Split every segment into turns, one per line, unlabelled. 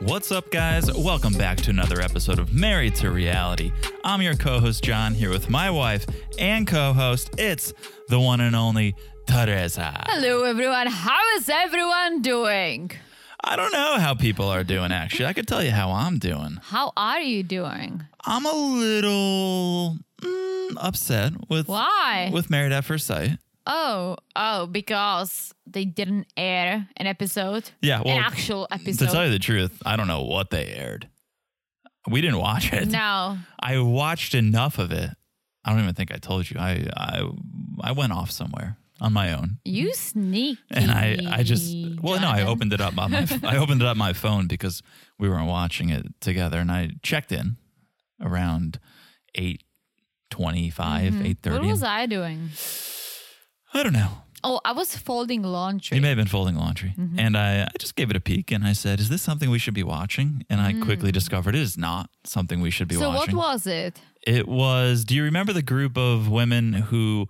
What's up, guys? Welcome back to another episode of Married to Reality. I'm your co host, John, here with my wife and co host. It's the one and only Teresa.
Hello, everyone. How is everyone doing?
I don't know how people are doing, actually. I could tell you how I'm doing.
How are you doing?
I'm a little mm, upset with,
Why?
with Married at First Sight.
oh, oh, because they didn't air an episode,
Yeah, well,
an actual
to tell
episode.
you the truth, I don't know what they aired. We didn't watch it.
No,
I watched enough of it. I don't even think I told you. I I I went off somewhere on my own,
you sneaky.
and I I just well no, I
Jonathan.
opened it up on my I opened it up my phone because we weren't watching it together, and I checked in around eight twenty five, eight
Mm-hmm. What
thirty.
was I doing?
I don't know.
Oh, I was folding laundry.
You may have been folding laundry.
Mm-hmm.
And I, I just gave it a peek and I said, Is this something we should be watching? And I quickly discovered it is not something we should be
Mm. so
watching.
what was it?
It was. Do you remember the group of women who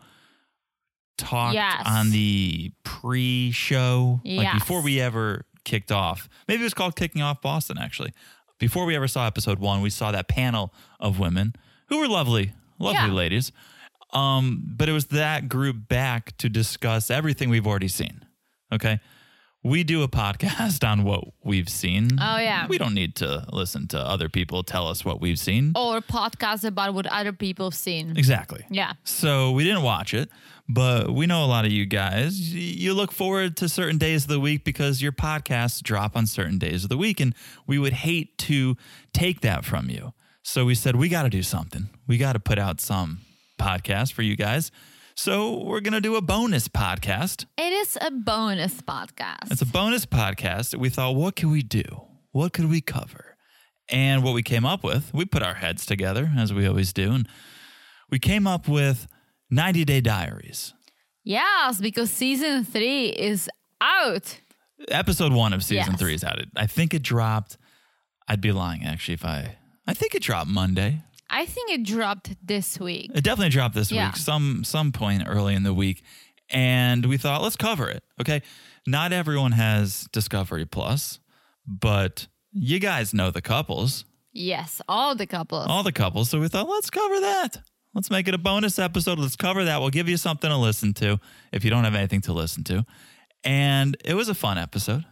talked
Yes.
on the pre-show, like
Yes.
before we ever kicked off? Maybe it was called "Kicking Off Boston." Actually, before we ever saw episode one, we saw that panel of women who were lovely, lovely
Yeah.
ladies. Um, but it was that group back to discuss everything we've already seen. Okay. We do a podcast on what we've seen.
Oh, yeah.
We don't need to listen to other people tell us what we've seen.
Or podcast about what other people have seen.
Exactly.
Yeah.
So we didn't watch it, but we know a lot of you guys. Y- You look forward to certain days of the week because your podcasts drop on certain days of the week, and we would hate to take that from you. So we said, we got to do something. We got to put out some podcast for you guys. So we're going to do a bonus podcast.
It is a bonus podcast.
It's a bonus podcast. We thought, what can we do? What could we cover? And what we came up with, we put our heads together as we always do, and we came up with 90 Day Diaries,
yes, because season three is out.
episode one of season
Yes.
three is out. It- I think it dropped. I'd be lying actually if I. I think it dropped Monday.
I think it dropped this week.
It definitely dropped this
Yeah.
week, some some point early in the week, and we thought let's cover it. Okay, not everyone has Discovery Plus, but you guys know the couples.
Yes, all the couples.
all the couples. So we thought, let's cover that. Let's make it a bonus episode. Let's cover that. We'll give you something to listen to if you don't have anything to listen to. And it was a fun episode.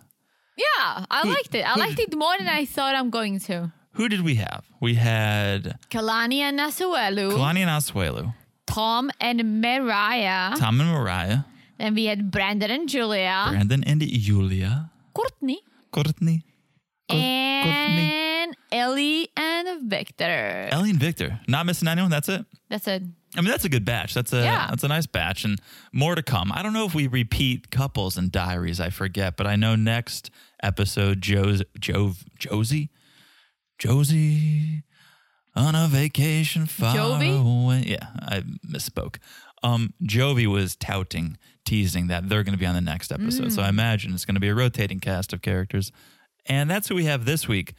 Yeah, I liked it. I liked it more than I thought I'm going to.
Who did we have? We had
Kalani and Nasuelu,
Kalani and Asuelu,
Tom and Mariah.
Tom and Mariah,
Then we had Brandon and Julia,
Brandon and Julia,
Courtney,
Courtney, Cour- Courtney,
and Ellie and Victor.
Ellie and Victor. Not missing anyone. That's it.
That's it.
I mean, that's a good batch. That's a
Yeah.
that's a nice batch, and more to come. I don't know if we repeat couples and diaries. I forget, but I know next episode, Joe's Jove Josie, Josie on a vacation far
Jovi?
away. Yeah, I misspoke. Um, Jovi was touting, teasing that they're going to be on the next episode. So I imagine it's going to be a rotating cast of characters, and that's who we have this week.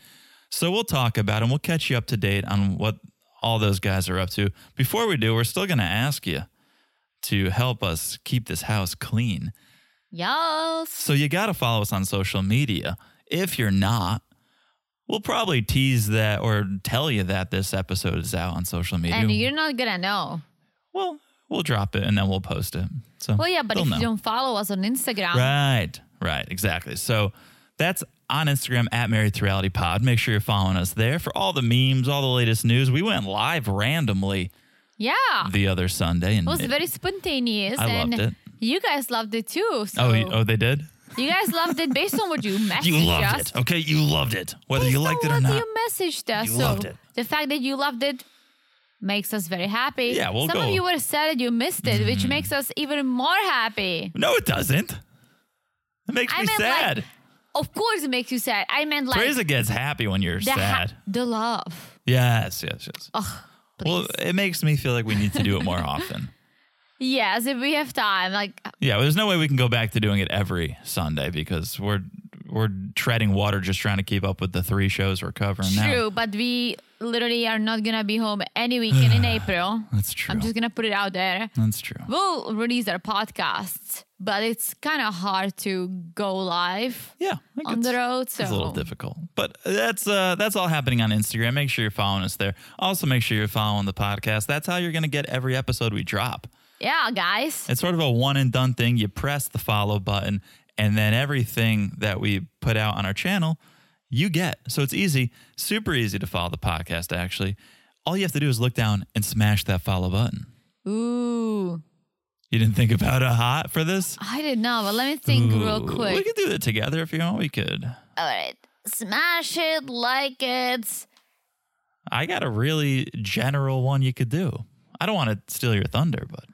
So we'll talk about and we'll catch you up to date on what all those guys are up to. Before we do, we're still going to ask you to help us keep this house clean.
Yes.
So you got to follow us on social media. If you're not, we'll probably tease that or tell you that this episode is out on social media.
And you're not gonna know.
well, we'll drop it and then we'll post it. So
Well, yeah, but
they'll
if
know.
you don't follow us on Instagram,
Right, right, exactly. So that's on Instagram at Married to Reality Pod. Make sure you're following us there for all the memes, all the latest news. We went live randomly
yeah,
the other Sunday, and
it was very spontaneous,
I
and
loved it.
you guys loved it too. So
oh, you- oh, they did.
you guys loved it based on what you messaged
You loved
us.
it, okay? You loved it, whether you
So
liked it or
what
not.
You messaged us.
You
so
loved it.
The fact that you loved it makes us very happy.
Yeah, we'll
Some
go- Mm.
of you were sad that you missed it, which makes us even more happy.
no, it doesn't. It makes
I
me
meant, like,
sad.
Of course, it makes you sad. I meant like
Teresa gets happy when you're
the, ha-
sad.
the love.
yes, yes, yes.
Please.
well, it makes me feel like we need to do it more often.
yes, if we have time, like
Yeah, there's no way we can go back to doing it every Sunday because we're we're treading water just trying to keep up with the three shows we're covering now.
True, but we literally are not gonna be home any weekend in April.
That's true.
I'm just gonna put it out there.
That's true.
We'll release our podcasts, but it's kind of hard to go live
Yeah, I think
on
it's-
the road. So
It's a little difficult, but that's uh, that's all happening on Instagram. Make sure you're following us there. Also, make sure you're following the podcast. That's how you're going to get every episode we drop.
yeah, guys.
It's sort of a one and done thing. You press the follow button, and then everything that we put out on our channel, you get. So it's easy, super easy to follow the podcast. Actually, all you have to do is look down and smash that follow button.
Ooh,
You didn't think about a hot for this?
I didn't know, but let me think real
Ooh, We
quick.
could do that together if you want. We could.
All right, smash it, like it.
I got a really general one you could do. I don't want to steal your thunder, but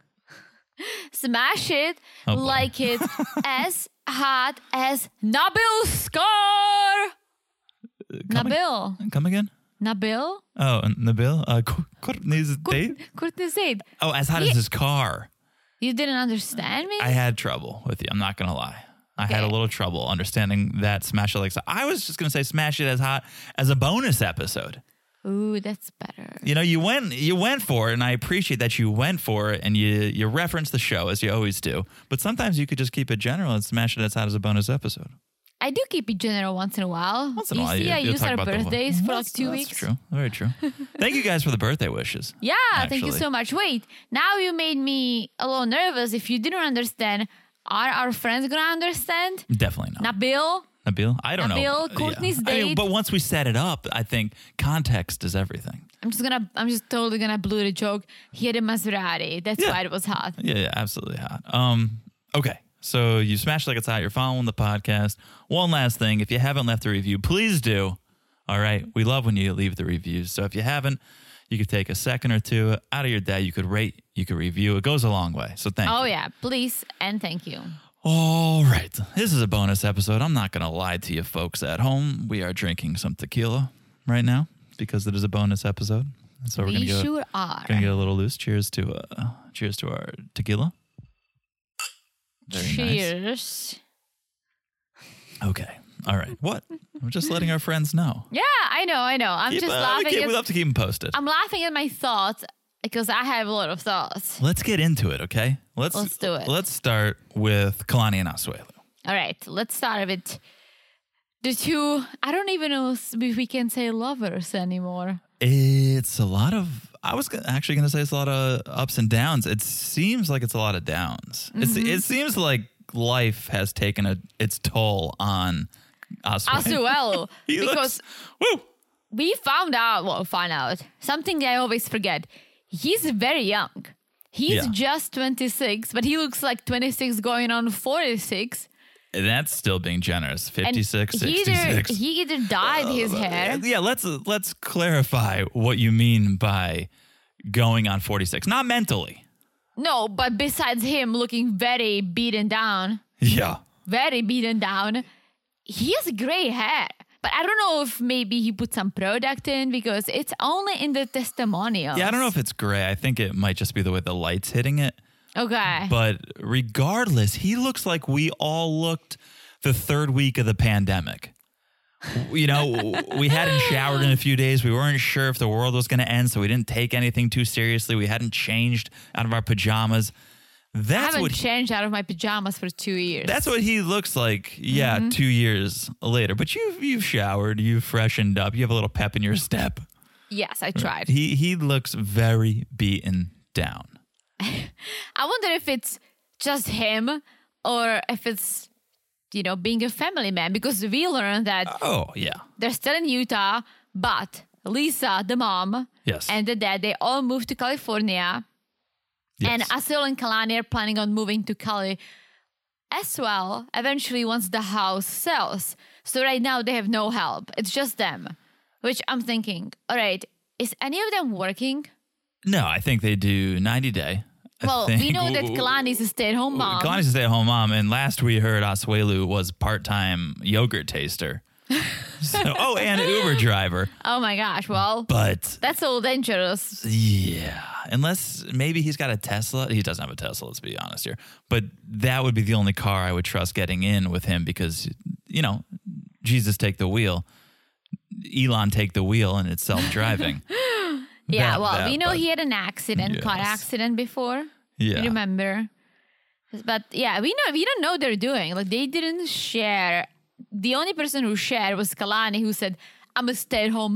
smash it
Oh, boy.
like it as hard as Nabil score.
uh, come, ag-
Nabil,
come again?
Nabil,
Oh, and Nabil, uh, Cour- Courtney's date.
Courtney said,
Oh, as hot as his car.
"You didn't understand me."
I had trouble with you. I'm not gonna lie. I had a
Okay.
little trouble understanding that smash it like. I was just gonna say smash it as hot as a bonus episode.
Ooh, that's better.
You know, you went you went for it, and I appreciate that you went for it, and you you reference the show as you always do. But sometimes you could just keep it general and smash it as hot as a bonus episode.
I do keep it general once in a while.
Once in a
you
while,
see,
you,
I
you'll
use
talk
our
about the-
birthdays for
That's-
like two
that's
weeks.
True, very true. Thank you guys for the birthday wishes.
Yeah, thank you
Actually.
so much. Wait, now you made me a little nervous. If you didn't understand, are our friends gonna understand?
Definitely not.
Nabil,
Nabil, I don't know.
Nabil, Courtney's
I mean,
date.
but once we set it up, I think context is everything.
I'm just gonna, I'm just totally gonna blew the joke. He had a Maserati. That's
Yeah.
why it was hot.
Yeah, yeah, absolutely hot. Um, okay. So you smash like it's hot. You're following the podcast. One last thing, if you haven't left a review, please do. All right, we love when you leave the reviews. So if you haven't, you could take a second or two out of your day. You could rate, you could review. It goes a long way. So thank you.
Oh yeah, please and thank you.
All right. This is a bonus episode. I'm not going to lie to you folks at home. We are drinking some tequila right now because it is a bonus episode. So we're
we
going to go
sure are.
going to get a little loose. Cheers to uh cheers to our tequila. Very nice.
Cheers.
Okay. All right. What? We're just letting our friends know.
Yeah, I know, I know. I'm
Keep,
just
uh, we
laughing.
keep-
At,
we love to keep them posted.
I'm laughing at my thoughts because I have a lot of thoughts.
let's get into it, okay? Let's
Let's do it.
Let's start with Kalani and Asuelu.
All right, let's start with the two. I don't even know s- if we can say lovers anymore.
It's a lot of. I was gonna- actually going to say it's a lot of ups and downs. It seems like it's a lot of downs. It's,
Mm-hmm.
it seems like life has taken a its toll on us.
Asuelu,
He looks-
because
woo,
we found out, well, found out something I always forget. He's very young. He's
Yeah.
just 26, but he looks like 26 going on 46.
that's still being generous.
And
56,
he
66.
either, he either dyed his
Oh,
hair.
Yeah, let's let's clarify what you mean by going on 46. Not mentally.
No, but besides him looking very beaten down,
Yeah.
very beaten down. He has gray hair. But I don't know if maybe he put some product in because it's only in the testimonials.
Yeah, I don't know if it's gray. I think it might just be the way the light's hitting it.
Okay.
But regardless, he looks like we all looked the third week of the pandemic. You know, we hadn't showered in a few days. We weren't sure if the world was going to end, so we didn't take anything too seriously. We hadn't changed out of our pajamas.
I
That's
haven't
what
changed out of my pajamas for two years.
That's what he looks like. Yeah,
Mm-hmm.
two years later. But you've you've showered, you've freshened up, you have a little pep in your step.
yes, I tried.
He he looks very beaten down.
I wonder if it's just him or if it's, you know, being a family man because we learned that
Oh yeah,
they're still in Utah, but Lisa, the mom,
yes.
and the dad, they all moved to California. And
yes.
Asil and Kalani are planning on moving to Cali as well, eventually, once the house sells. So, right now, they have no help. It's just them, which I'm thinking, all right, is any of them working?
no, I think they do ninety day. I
Well, we
think-
know that Kalani is a stay at home mom.
Kalani's a stay at home mom, and last we heard, Oswelu was part time yogurt taster. so, oh, and Uber driver.
oh my gosh. Well,
But
that's all dangerous.
Yeah, unless maybe he's got a Tesla. He doesn't have a Tesla. Let's be honest here. But that would be the only car I would trust getting in with him because you know Jesus take the wheel, Elon take the wheel, and it's self driving.
yeah,
That-
well,
that,
we know
but-
he had an accident, car
Yes.
accident before.
yeah.
You remember? But yeah, we know we don't know what they're doing. Like they didn't share. The only person who shared was Kalani, who said, "I'm a stay-at-home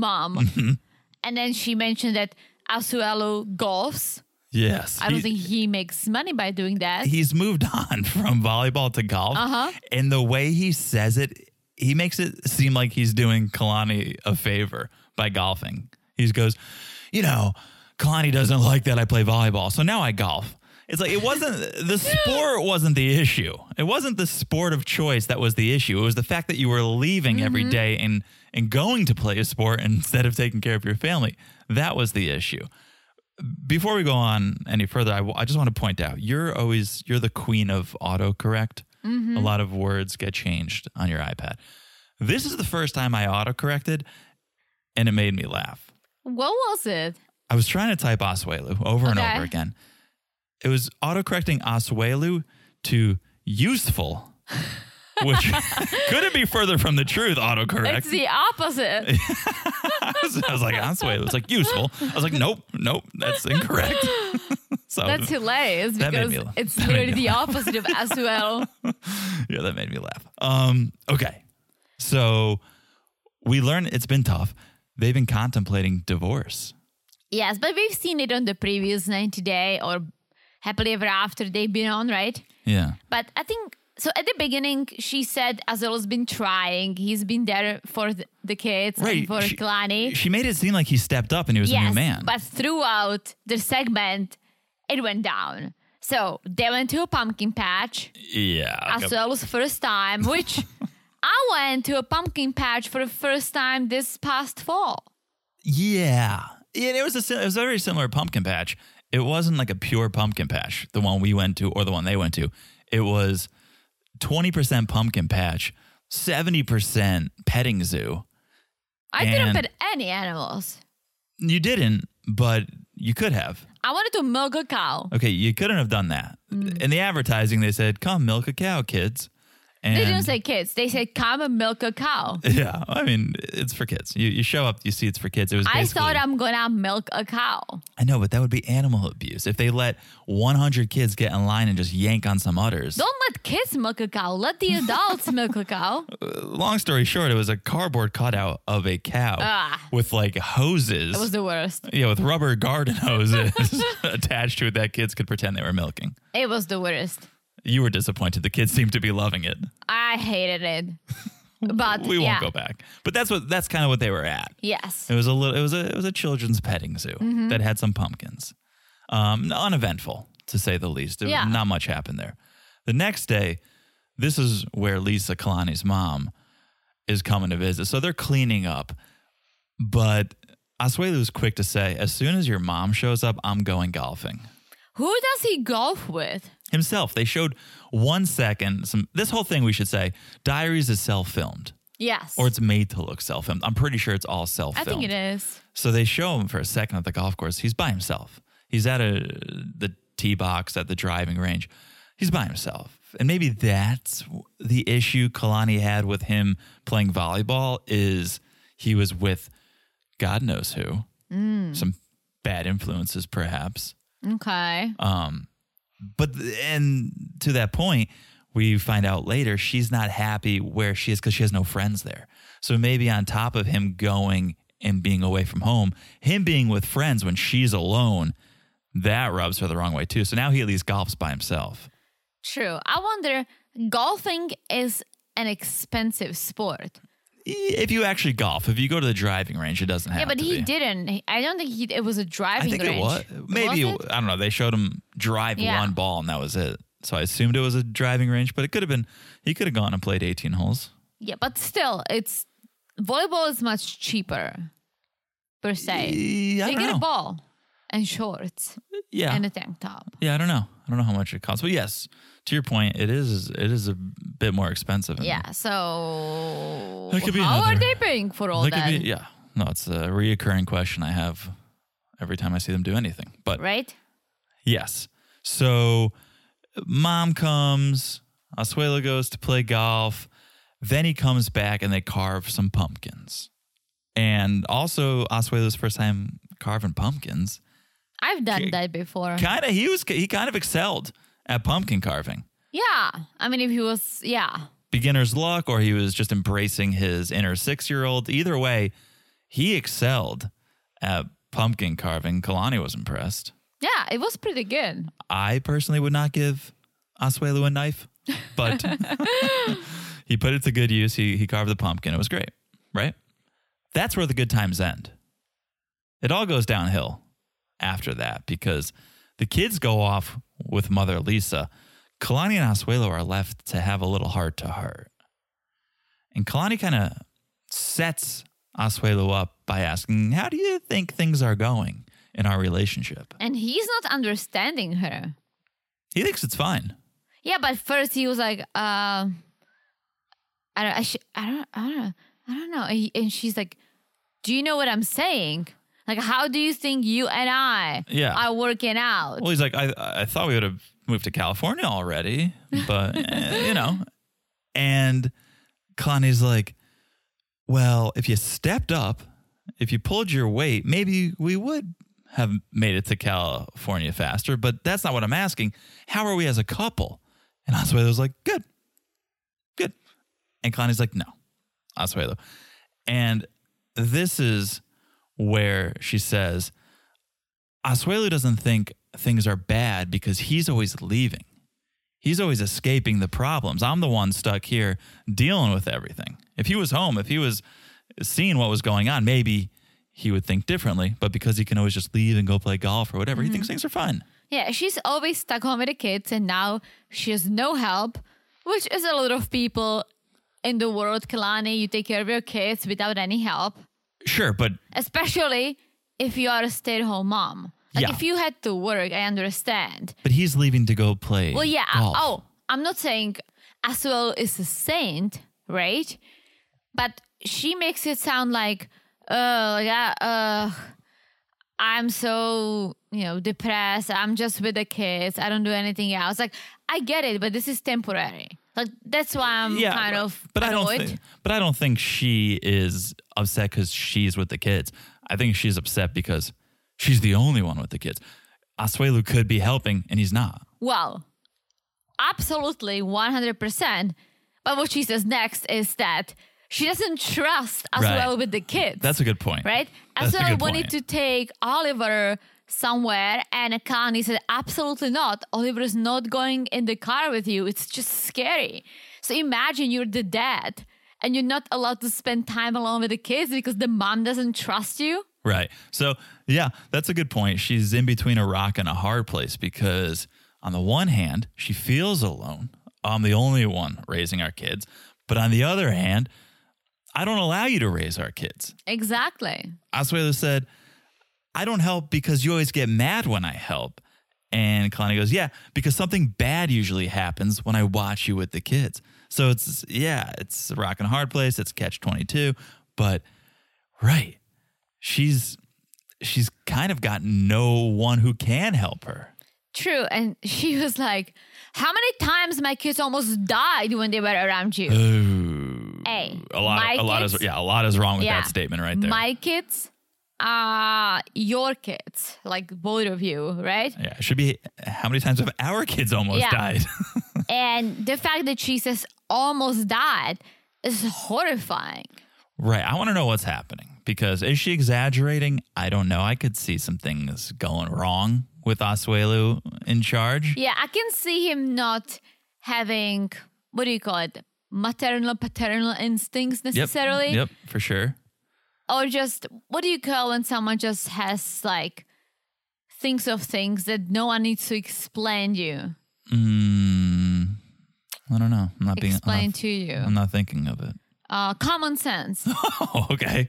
Mm-hmm.
mom," and then she mentioned that Asuelo golfs.
yes.
I don't
He-
think he makes money by doing that.
he's moved on from volleyball to golf.
Uh-huh.
And the way he says it, he makes it seem like he's doing Kalani a favor by golfing. He goes, you know, Kalani doesn't like that I play volleyball, so now I golf. It's like it wasn't the sport wasn't the issue. It wasn't the sport of choice that was the issue. It was the fact that you were leaving every day and and going to play a sport instead of taking care of your family. That was the issue before we go on any further, I, w- I just want to point out you're always you're the queen of autocorrect.
Mm-hmm.
A lot of words get changed on your iPad. This is the first time I autocorrected, and it made me laugh.
what was it?
I was trying to type Oswelu over and
Okay.
over again. It was autocorrecting Oswelu to useful, which couldn't be further from the truth. Autocorrect.
It's the opposite.
So I was like Oswelu. It's like useful. I was like, nope, nope, that's incorrect. so I was-
That's hilarious
That made
because
me laugh.
it's
That made
literally
me
the opposite of Asuelo.
yeah, that made me laugh. Um, okay. So we learn it's been tough. They've been contemplating divorce.
yes, but we've seen it on the previous 90 day or happily ever after they've been on, right?
Yeah.
But I think so. At the beginning, she said Azulo's been trying. He's been there for th- the kids and
Right.
for
she,
Kalani.
she made it seem like he stepped up and he was a
Yes,
new man.
but throughout the segment, it went down. So they went to a pumpkin patch.
yeah.
Asuelo's first time, which I went to a pumpkin patch for the first time this past fall.
Yeah. Yeah, it was a si- it was a very similar pumpkin patch. It wasn't like a pure pumpkin patch, the one we went to or the one they went to. It was 20% pumpkin patch, 70% petting zoo.
I didn't
And-
pet any animals.
You didn't, but you could have.
I wanted to milk a cow.
Okay, you couldn't have done that.
Mm.
In the advertising, they said, "Come milk a cow, kids." And
They didn't say kids. They said come and milk a cow.
yeah, I mean, it's for kids. You, you show up, you see it's for kids. It was.
I
basically-
thought I'm gonna milk a cow.
I know, but that would be animal abuse if they let 100 kids get in line and just yank on some udders.
Don't let kids milk a cow. Let the adults milk a cow.
Uh, Long story short, it was a cardboard cutout of a cow
Ah.
with like hoses.
That was the worst.
yeah, with rubber garden hoses attached to it that kids could pretend they were milking.
It was the worst.
You were disappointed. The kids seemed to be loving it.
I hated it. But
We won't
Uh, yeah.
go back. But that's what that's kind of what they were at.
Yes.
It was a little. It was a. It was a children's petting zoo
Mm-hmm.
that had some pumpkins. Um, uneventful to say the least. There-
Yeah.
Not much happened there. The next day, this is where Lisa Kalani's mom is coming to visit. So they're cleaning up, but Asuelu was quick to say, as soon as your mom shows up, I'm going golfing.
Who does he golf with?
Himself. They showed one second. Some. This whole thing we should say. Diaries is self filmed,
Yes.
or it's made to look self filmed. I'm pretty sure it's all self
I
filmed.
think it is.
So they show him for a second at the golf course. He's by himself. He's at a the tee box at the driving range. He's by himself. And maybe that's the issue Kalani had with him playing volleyball is he was with God knows who. Some bad influences perhaps.
Okay.
Uh. But th- and to that point, we find out later she's not happy where she is because she has no friends there. So maybe on top of him going and being away from home, him being with friends when she's alone, that rubs her the wrong way too. So now he at least golfs by himself.
True. I wonder golfing is an expensive sport.
E- If you actually golf, if you go to the driving range, it doesn't have
Yeah, but
to
he
be.
didn't. He- I don't think he, it was a
I
driving
think
range.
it was maybe
Was it?
I don't know. They showed him drive
Yeah.
one ball and that was it. So I assumed it was a driving range, but it could have been he could have gone and played 18 holes.
Yeah, but still, it's volleyball is much cheaper per se.
E- I
you
don't
get
know.
a ball and shorts
Yeah.
and a tank top.
Yeah, I don't know. I don't know how much it costs. But yes, to your point, it is it is a bit more expensive. And
Yeah, so
That could be
how are
another-
they paying for all
that
that?
could be yeah. No, it's a reoccurring question I have every time I see them do anything. But
Right?
yes. So mom comes, Asuela goes to play golf, Then he comes back and they carve some pumpkins. And also, Osweiler's first time carving pumpkins.
I've done
Ki-
that before.
Kind of, he was he kind of excelled at pumpkin carving.
yeah. I mean, if he was, yeah.
Beginner's luck, or he was just embracing his inner six-year-old. Either way, he excelled at pumpkin carving. Kalani was impressed.
Yeah, it was pretty good.
I personally would not give Oswego a knife, but he put it to good use. He, he carved the pumpkin. It was great, right? That's where the good times end. It all goes downhill after that because the kids go off with Mother Lisa. Kalani and Oswego are left to have a little heart to heart. And Kalani kind of sets Oswego up by asking, How do you think things are going in our relationship?
And he's not understanding her.
He thinks it's fine.
Yeah, but first he was like, um, I don't, I, sh- I don't, I don't, I don't know. And, he- and she's like, Do you know what I'm saying? Like, how do you think you and I
Yeah.
are working out?
Well, he's like, I, I thought we would have moved to California already, but eh, you know. And Kalani's like, well, if you stepped up, if you pulled your weight, maybe we would have made it to California faster. But that's not what I'm asking. How are we as a couple? And Osweiler's like, good, good. And Kalani's like, no, Osweiler. And this is where she says, Asuelo doesn't think things are bad because he's always leaving. He's always escaping the problems. I'm the one stuck here dealing with everything. If he was home, if he was seeing what was going on, maybe he would think differently. But because he can always just leave and go play golf or
Mm-hmm.
whatever, he thinks things are fine.
yeah, she's always stuck home with the kids, and now she has no help, which is a lot of people in the world. Kalani, you take care of your kids without any help,
Sure, but
especially if you are a stay at home mom. Like,
Yeah.
if you had to work, I understand.
but he's leaving to go play.
Well, yeah. I-
golf.
Oh, I'm not saying Asuel is a saint, right? But she makes it sound like, oh, yeah, uh, I'm so, you know, depressed. I'm just with the kids. I don't do anything else. Like, I get it, but this is temporary. Like, that's why I'm kind
but,
of
but I don't
annoyed.
think, but I don't think she is upset because she's with the kids. I think she's upset because she's the only one with the kids. Asuelu could be helping and he's not.
Well, absolutely 100%. But what she says next is that she doesn't trust Asuel
Right.
with the kids.
That's a good point.
right? And
That's
so
a
I
good point.
wanted to take Oliver somewhere, and Connie said, "Absolutely not. Oliver's not going in the car with you. It's just scary." So imagine you're the dad, and you're not allowed to spend time alone with the kids because the mom doesn't trust you.
Right. So, yeah, that's a good point. She's in between a rock and a hard place because, on the one hand, she feels alone. I'm the only one raising our kids. But on the other hand, I don't allow you to raise our kids.
Exactly.
Osweiler said, I don't help because you always get mad when I help. And Kalani goes, Yeah, because something bad usually happens when I watch you with the kids. So it's, yeah, it's a rock and a hard place. It's catch 22. But, right. She's, she's kind of got no one who can help her.
True. And she was like, "How many times my kids almost died when they were around you?"
Ooh.
Hey,
A lot,
my
a lot
kids-
is, yeah, a lot is wrong with
Yeah.
that statement right there.
My kids are your kids, like both of you, right?
yeah, it should be how many times have our kids almost
Yeah.
died?
And the fact that Jesus almost died is horrifying.
Right. I want to know what's happening because is she exaggerating? I don't know. I could see some things going wrong with Oswelu in charge.
Yeah, I can see him not having, what do you call it, maternal, paternal instincts necessarily.
Yep, for sure.
Or just, what do you call when someone just has like, thinks of things that no one needs to explain you,
Mm, I don't know. I'm not being. Mm-hmm. I'm
explain
not,
to you.
I'm not thinking of it.
Uh, common sense.
Oh, okay.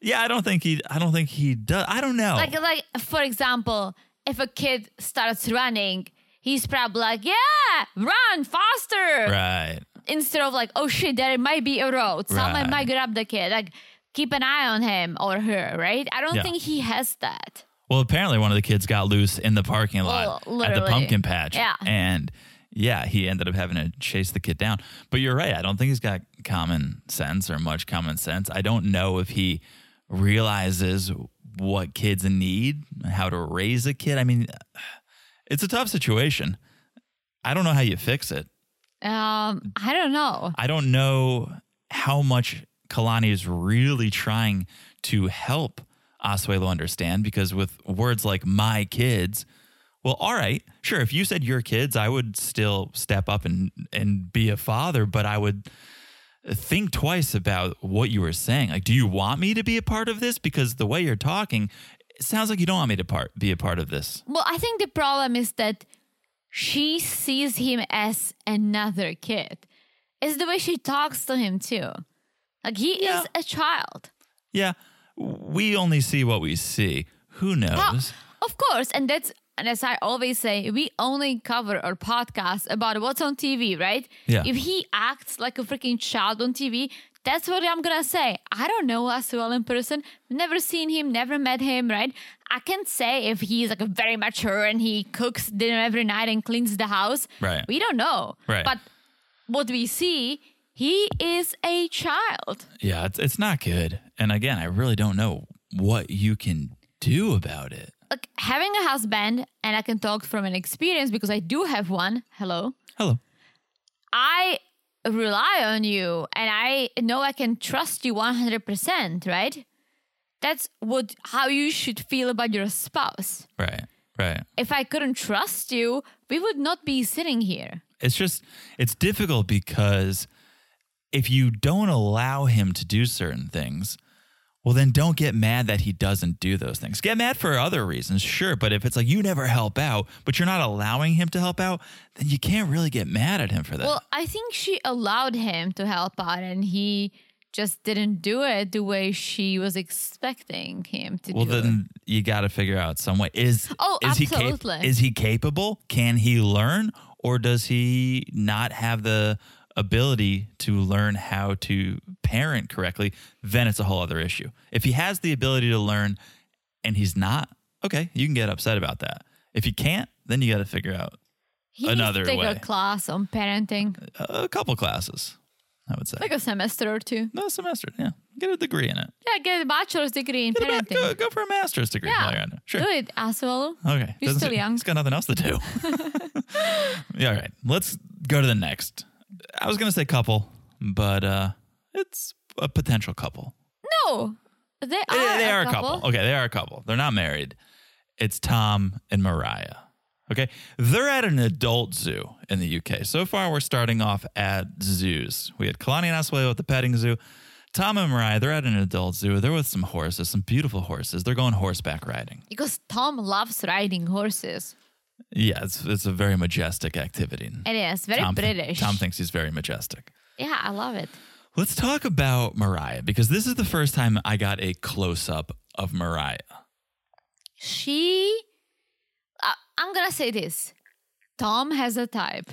Yeah, I don't think he. I don't think he does. I don't know.
Like, like for example, if a kid starts running, he's probably like, yeah, run faster.
right.
instead of like, oh shit, there might be a road. Someone
Right.
might grab the kid. Like, keep an eye on him or her, right? I don't
Yeah.
think he has that.
Well, apparently one of the kids got loose in the parking lot
Well,
at the
literally.
pumpkin patch.
Yeah.
And yeah, he ended up having to chase the kid down. But you're right. I don't think he's got common sense or much common sense. I don't know if he realizes what kids need, how to raise a kid. I mean, it's a tough situation. I don't know how you fix it.
Um, I don't know.
I don't know how much Kalani is really trying to help Oswego understand because with words like my kids, well, all right, sure. If you said your kids, I would still step up and and be a father, but I would think twice about what you were saying. Like, do you want me to be a part of this? Because the way you're talking, it sounds like you don't want me to part be a part of this.
Well, I think the problem is that she sees him as another kid. It's the way she talks to him too. Like he
Yeah.
is a child.
Yeah, we only see what we see. Who
How-
knows?
of course, and that's and as I always say, we only cover our podcast about what's on TV, right?
Yeah.
If he acts like a freaking child on TV, that's what I'm gonna say. I don't know as well in person. Never seen him, never met him, right? I can't say if he's like a very mature and he cooks dinner every night and cleans the house.
Right.
We don't know.
Right.
But what we see, he is a child.
Yeah, it's it's not good. And again, I really don't know what you can do about it.
Like having a husband, and I can talk from an experience because I do have one. Hello.
Hello.
I rely on you and I know I can trust you 100%, right? That's what how you should feel about your spouse.
Right. Right.
If I couldn't trust you, we would not be sitting here.
It's just it's difficult because if you don't allow him to do certain things, well then don't get mad that he doesn't do those things. Get mad for other reasons, sure, but if it's like you never help out, but you're not allowing him to help out, then you can't really get mad at him for that.
Well, I think she allowed him to help out and he just didn't do it the way she was expecting him to
Well,
do it.
then you got to figure out some way. Is
Oh,
is He cap-
absolutely.
is he capable? Can he learn, or does he not have the ability to learn how to parent correctly? Then it's a whole other issue. If he has the ability to learn and he's not, okay, you can get upset about that. If he can't, then you got to figure out
He
another
needs to take
way.
a class on parenting,
a couple classes. I would say
like a semester or two.
no semester. Yeah, get a degree in it.
Yeah, get a bachelor's degree in
Get a ma-
parenting.
go, go for a master's degree.
Yeah.
while you're at it. sure.
Do it, asshole.
Okay.
You're
Doesn't
still
seem-
young.
He's got nothing else to do. yeah, all right. Let's go to the next. I was going to say couple, but uh, it's a potential couple.
No, Oh, they
They-
are.
they
Ah,
are
a couple.
Okay, they are a couple. They're not married. It's Tom and Mariah. Okay. They're at an adult zoo in the UK. So far, we're starting off at zoos. We had Kalani and Oswego at the petting zoo. Tom and Mariah, they're at an adult zoo. They're with some horses, some beautiful horses. They're going horseback riding.
Because Tom loves riding horses.
Yeah, it's, it's a very majestic activity.
It is very
Tom,
British.
Tom thinks he's very majestic.
yeah, I love it.
Let's talk about Mariah because this is the first time I got a close up of Mariah.
She. Uh, I'm gonna say this. Tom has a type.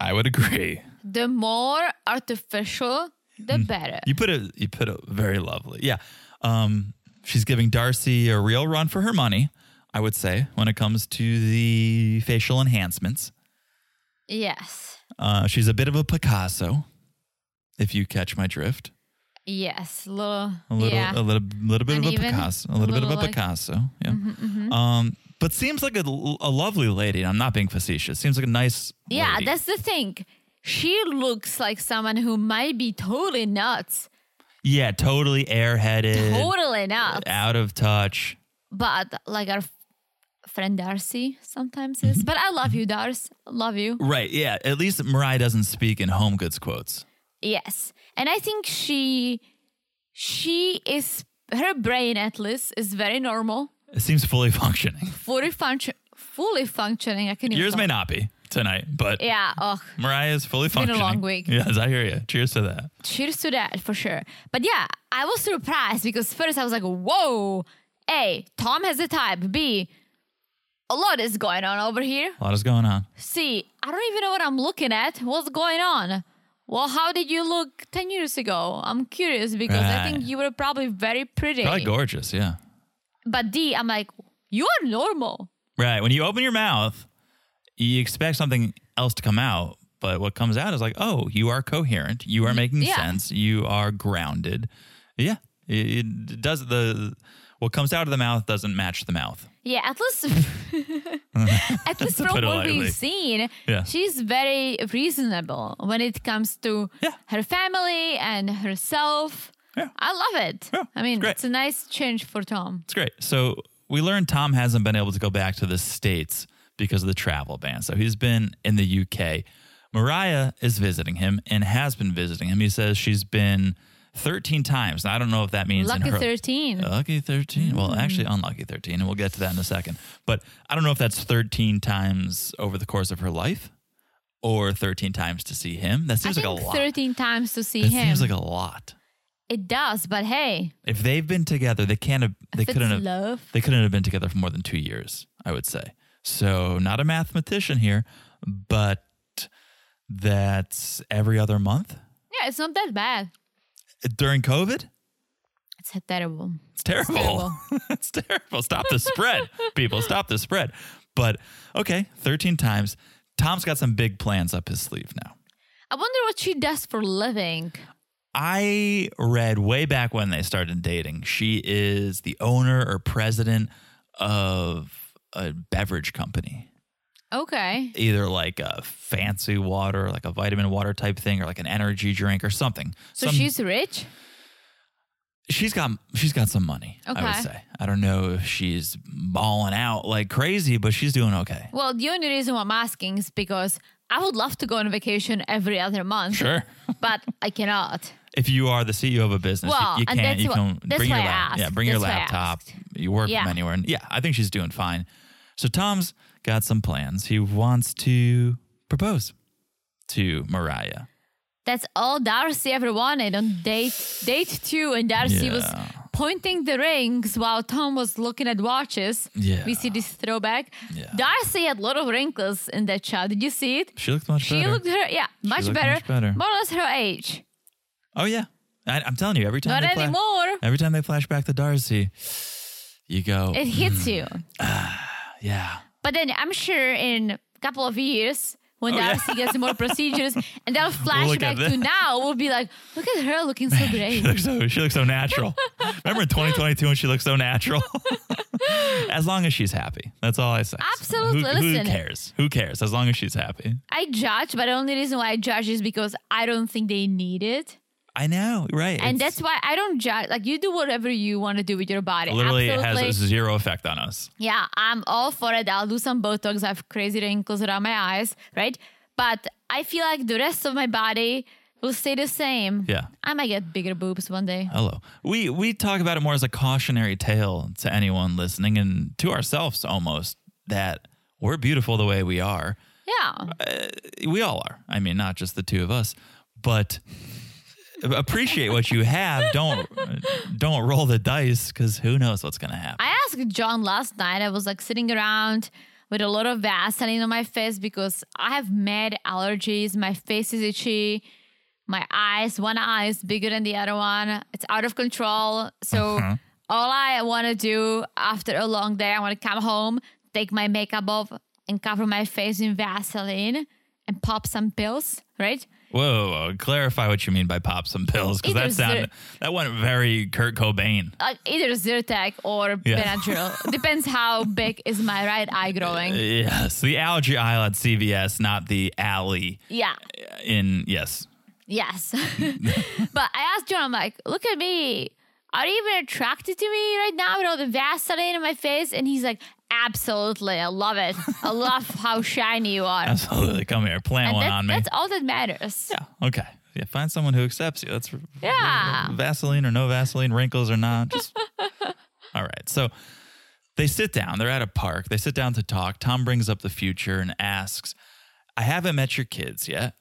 I would agree.
The more artificial, the better.
Hmm. You put it you put it very lovely. Yeah. Um she's giving Darcy a real run for her money, I would say, when it comes to the facial enhancements.
Yes.
Uh she's a bit of a Picasso, if you catch my drift.
Yes. Little.
A little,
yeah.
a little, little bit of a
Uneven.
Picasso. A
A
little, bit of a
little like- Mm-hmm,
Picasso. Yeah. Um, but seems like a, l- a lovely lady. and I'm not being facetious. Seems like a nice.
yeah,
lady.
that's the thing. She looks like someone who might be totally nuts.
yeah, totally airheaded,
Totally nuts.
out of touch.
But like our f- friend Darcy sometimes is.
Mm-hmm.
But I love you, Darcy. Love you.
Right. Yeah. At least Mariah doesn't speak in home goods quotes.
Yes. And I think she she is her brain at least is very normal,
It seems fully functioning.
fully function fully functioning. I can even
Yours may not
talk.
be tonight, but
Yeah, oh
Mariah is fully
been a
functioning.
long week.
Yes, I hear you. Cheers to that.
cheers to that for sure. But yeah, I was surprised because first I was like, whoa, A, Tom has a type. B a lot is going on over here.
A lot is going on.
C, I don't even know what I'm looking at. What's going on? Well, how did you look 10 years ago? I'm curious because I
Right.
think you were probably very pretty.
Probably gorgeous. Yeah.
But D, I'm like, you are normal.
Right. When you open your mouth, you expect something else to come out, but what comes out is like, oh, you are coherent, you are making
yeah.
sense, you are grounded. Yeah, it, it does the what comes out of the mouth doesn't match the mouth.
Yeah, at least, at least
To put
from
it
what
lightly.
we've seen,
Yeah.
she's very reasonable when it comes to
Yeah.
her family and herself.
Yeah.
I love it.
Yeah,
I mean,
it's great.
it's a nice change for Tom.
It's great. So we learned Tom hasn't been able to go back to the States because of the travel ban. So he's been in the UK. Mariah is visiting him and has been visiting him. He says she's been 13 times. Now, I don't know if that means in
Lucky
her,
13.
Lucky 13. Well, actually,
Mm-hmm.
unlucky 13. And we'll get to that in a second. But I don't know if that's 13 times over the course of her life or 13 times to see him. That
I
seems
think
like a lot.
13 times to see
That
him.
seems like a lot.
it does, but hey,
If they've been together, they can't have, they
if it's
couldn't have,
love.
they couldn't have been together for more than two years, I would say. So, not a mathematician here, but that's every other month
Yeah, it's not that bad.
during COVID.
It's terrible.
It's terrible.
terrible.
It's terrible. Stop the spread, people. Stop the spread. But okay, 13 times. Tom's got some big plans up his sleeve now.
I wonder what she does for a living.
I read way back when they started dating, she is the owner or president of a beverage company,
Okay.
either like a fancy water, like a vitamin water type thing, or like an energy drink or something.
So
Some-
she's rich?
she's got she's got some money. I
Okay.
would say. I don't know if she's balling out like crazy, but she's doing okay.
Well, the only reason why I'm asking is because I would love to go on vacation every other month,
Sure.
but I cannot.
if you are the CEO of a business, you-
Well,
you,
and
can't.
that's
you
what-
can
that's
bring your
why I
lap, yeah,
asked.
bring your
That's why I
laptop.
asked.
You work
Yeah.
from anywhere, and yeah, I think she's doing fine. So Tom's got some plans. He wants to propose to Mariah.
That's all Darcy ever wanted on date date two, and Darcy was
Yeah.
pointing the rings while Tom was looking at watches.
Yeah.
We see this throwback.
Yeah.
Darcy had a lot of wrinkles in that shot. Did you see it?
She looked much
She
better.
looked her yeah, much
looked
better,
much better.
More or less her age.
oh yeah, I, I'm telling you, every time
Not
they flash,
anymore.
every time they flash back to Darcy, you go,
It hits you.
yeah,
But then I'm sure in a couple of years, when
Oh, yeah.
Darcy gets more procedures, and they'll flash
Look at
back to
that.
now, we'll be like, look at her looking so
She
great.
looks so she looks so natural. Remember in 2022 when she looked so natural? as long as she's happy. That's all I say.
Absolutely.
Who, who
Listen.
cares? Who cares? As long as she's happy.
I judge, but the only reason why I judge is because I don't think they need it.
I know, right.
And
It's-
that's why I don't judge. Like, you do whatever you want to do with your body.
literally it
Absolutely.
has zero effect on us.
yeah, I'm all for it. I'll do some Botox. I have crazy wrinkles around my eyes, right? But I feel like the rest of my body will stay the same.
Yeah.
I might get bigger boobs one day.
Hello. We we talk about it more as a cautionary tale to anyone listening and to ourselves almost that we're beautiful the way we are.
Yeah.
we all are. I mean, not just the two of us, but appreciate what you have. Don't don't roll the dice because who knows what's gonna happen.
I asked John last night. I was like sitting around with a lot of Vaseline on my face because I have mad allergies. My face is itchy. My eyes, one eye is bigger than the other one. It's out of control. So all I want to do after a long day, I want to come home, take my makeup off, and cover my face in Vaseline and pop some pills, right?
Whoa, whoa, whoa. clarify what you mean by pop some pills because that
Either
sounded that went very Kurt Cobain.
Like either Zyrtec or
Yeah.
Benadryl. Depends how big is my right eye growing.
Uh, Yes, the algae aisle at CVS, not the alley
Yeah.
in yes.
Yes. but I asked John, I'm like, look at me. Are you even attracted to me right now with all the Vaseline in my face? And he's like, absolutely. I love it. I love how shiny you are.
Absolutely, come here, plant
and
one
that's,
on me.
that's all that matters.
Yeah, okay. Yeah, find someone who accepts you. That's
Yeah.
Vaseline or no Vaseline, wrinkles or not. Just all right. So they sit down. They're at a park. They sit down to talk. Tom brings up the future and asks, "I haven't met your kids yet.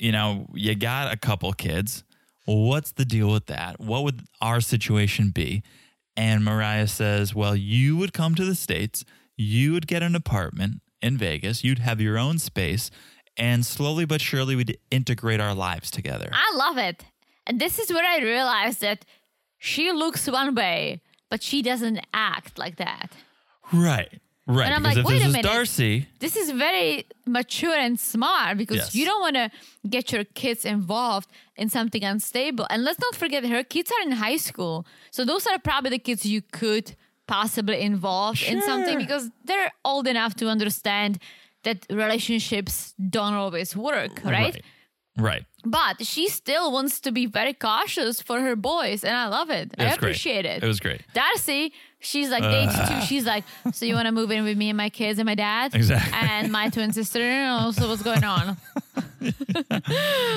You know, you got a couple kids. What's the deal with that? What would our situation be?" And Mariah says, "Well, you would come to the states. You would get an apartment in Vegas. You'd have your own space." And slowly but surely, we'd integrate our lives together.
I love it. And this is where I realized that she looks one way, but she doesn't act like that.
Right. Right.
And I'm
because
like,
if
wait
this
a
is
minute.
Darcy,
This is very mature and smart because
Yes.
you don't want to get your kids involved in something unstable. And let's not forget her kids are in high school. So those are probably the kids you could possibly involve in something
Sure.
because they're old enough to understand that relationships don't always work, right?
Right. right.
But she still wants to be very cautious for her boys, and I love it.
It
I
was great.
appreciate it.
It was great.
Darcy, she's
Uh.
like dates too. She's like, so you want to move in with me and my kids and my dad,
Exactly.
and my twin sister. Also, what's going on?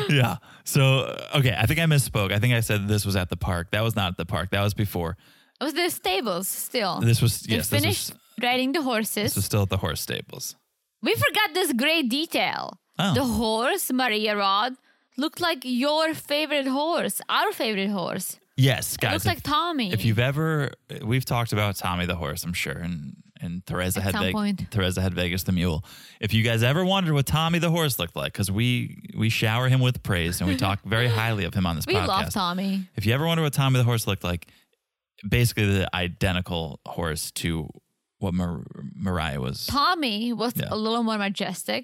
Yeah. So, uh, okay, I think I misspoke. I think I said this was at the park. That was not at the park. That was before.
It was the stables still.
This was,
We
yes, this
finished
was,
riding the
this
horses.
was still at the horse stables.
we forgot this great detail.
Oh.
The horse Maria Rod looked like your favorite horse, our favorite horse.
Yes, guys.
looks
if-
like Tommy.
If you've ever, we've talked about Tommy the horse, I'm sure, and and Teresa
At some
Hedvig,
point.
Teresa Hedvegas the mule. If you guys ever wondered what Tommy the horse looked like, because we we shower him with praise and we talk very highly of him on this
we
podcast.
love Tommy.
If you ever wonder what Tommy the horse looked like, basically the identical horse to what Mar- Mariah was.
Tommy was
Yeah.
a little more majestic.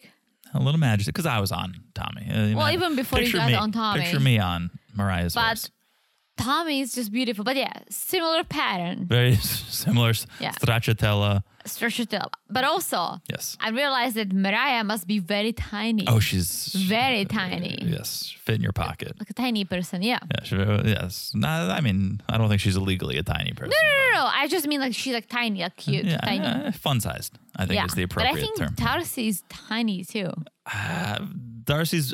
A little majestic, because I was on Tommy. Uh, you
Well,
know,
even before you
picture
got
me,
on Tommy.
picture me on Mariah's horse.
But Tommy is just beautiful. But yeah, similar pattern,
Very similar. Yeah.
Yeah.
Stracciatella.
stracciatella. But also,
Yes.
I realized that Mariah must be very tiny.
Oh, she's
Very tiny.
Yes, fit in your pocket.
like a tiny person, yeah.
Yeah, she, uh, yes. No, I mean, I don't think she's illegally a tiny person.
No, no, no. I just mean like she's like tiny, like cute,
yeah,
tiny.
fun sized. I think
yeah,
is the appropriate
but I think
term.
Tarsi is tiny too.
Uh, Darcy's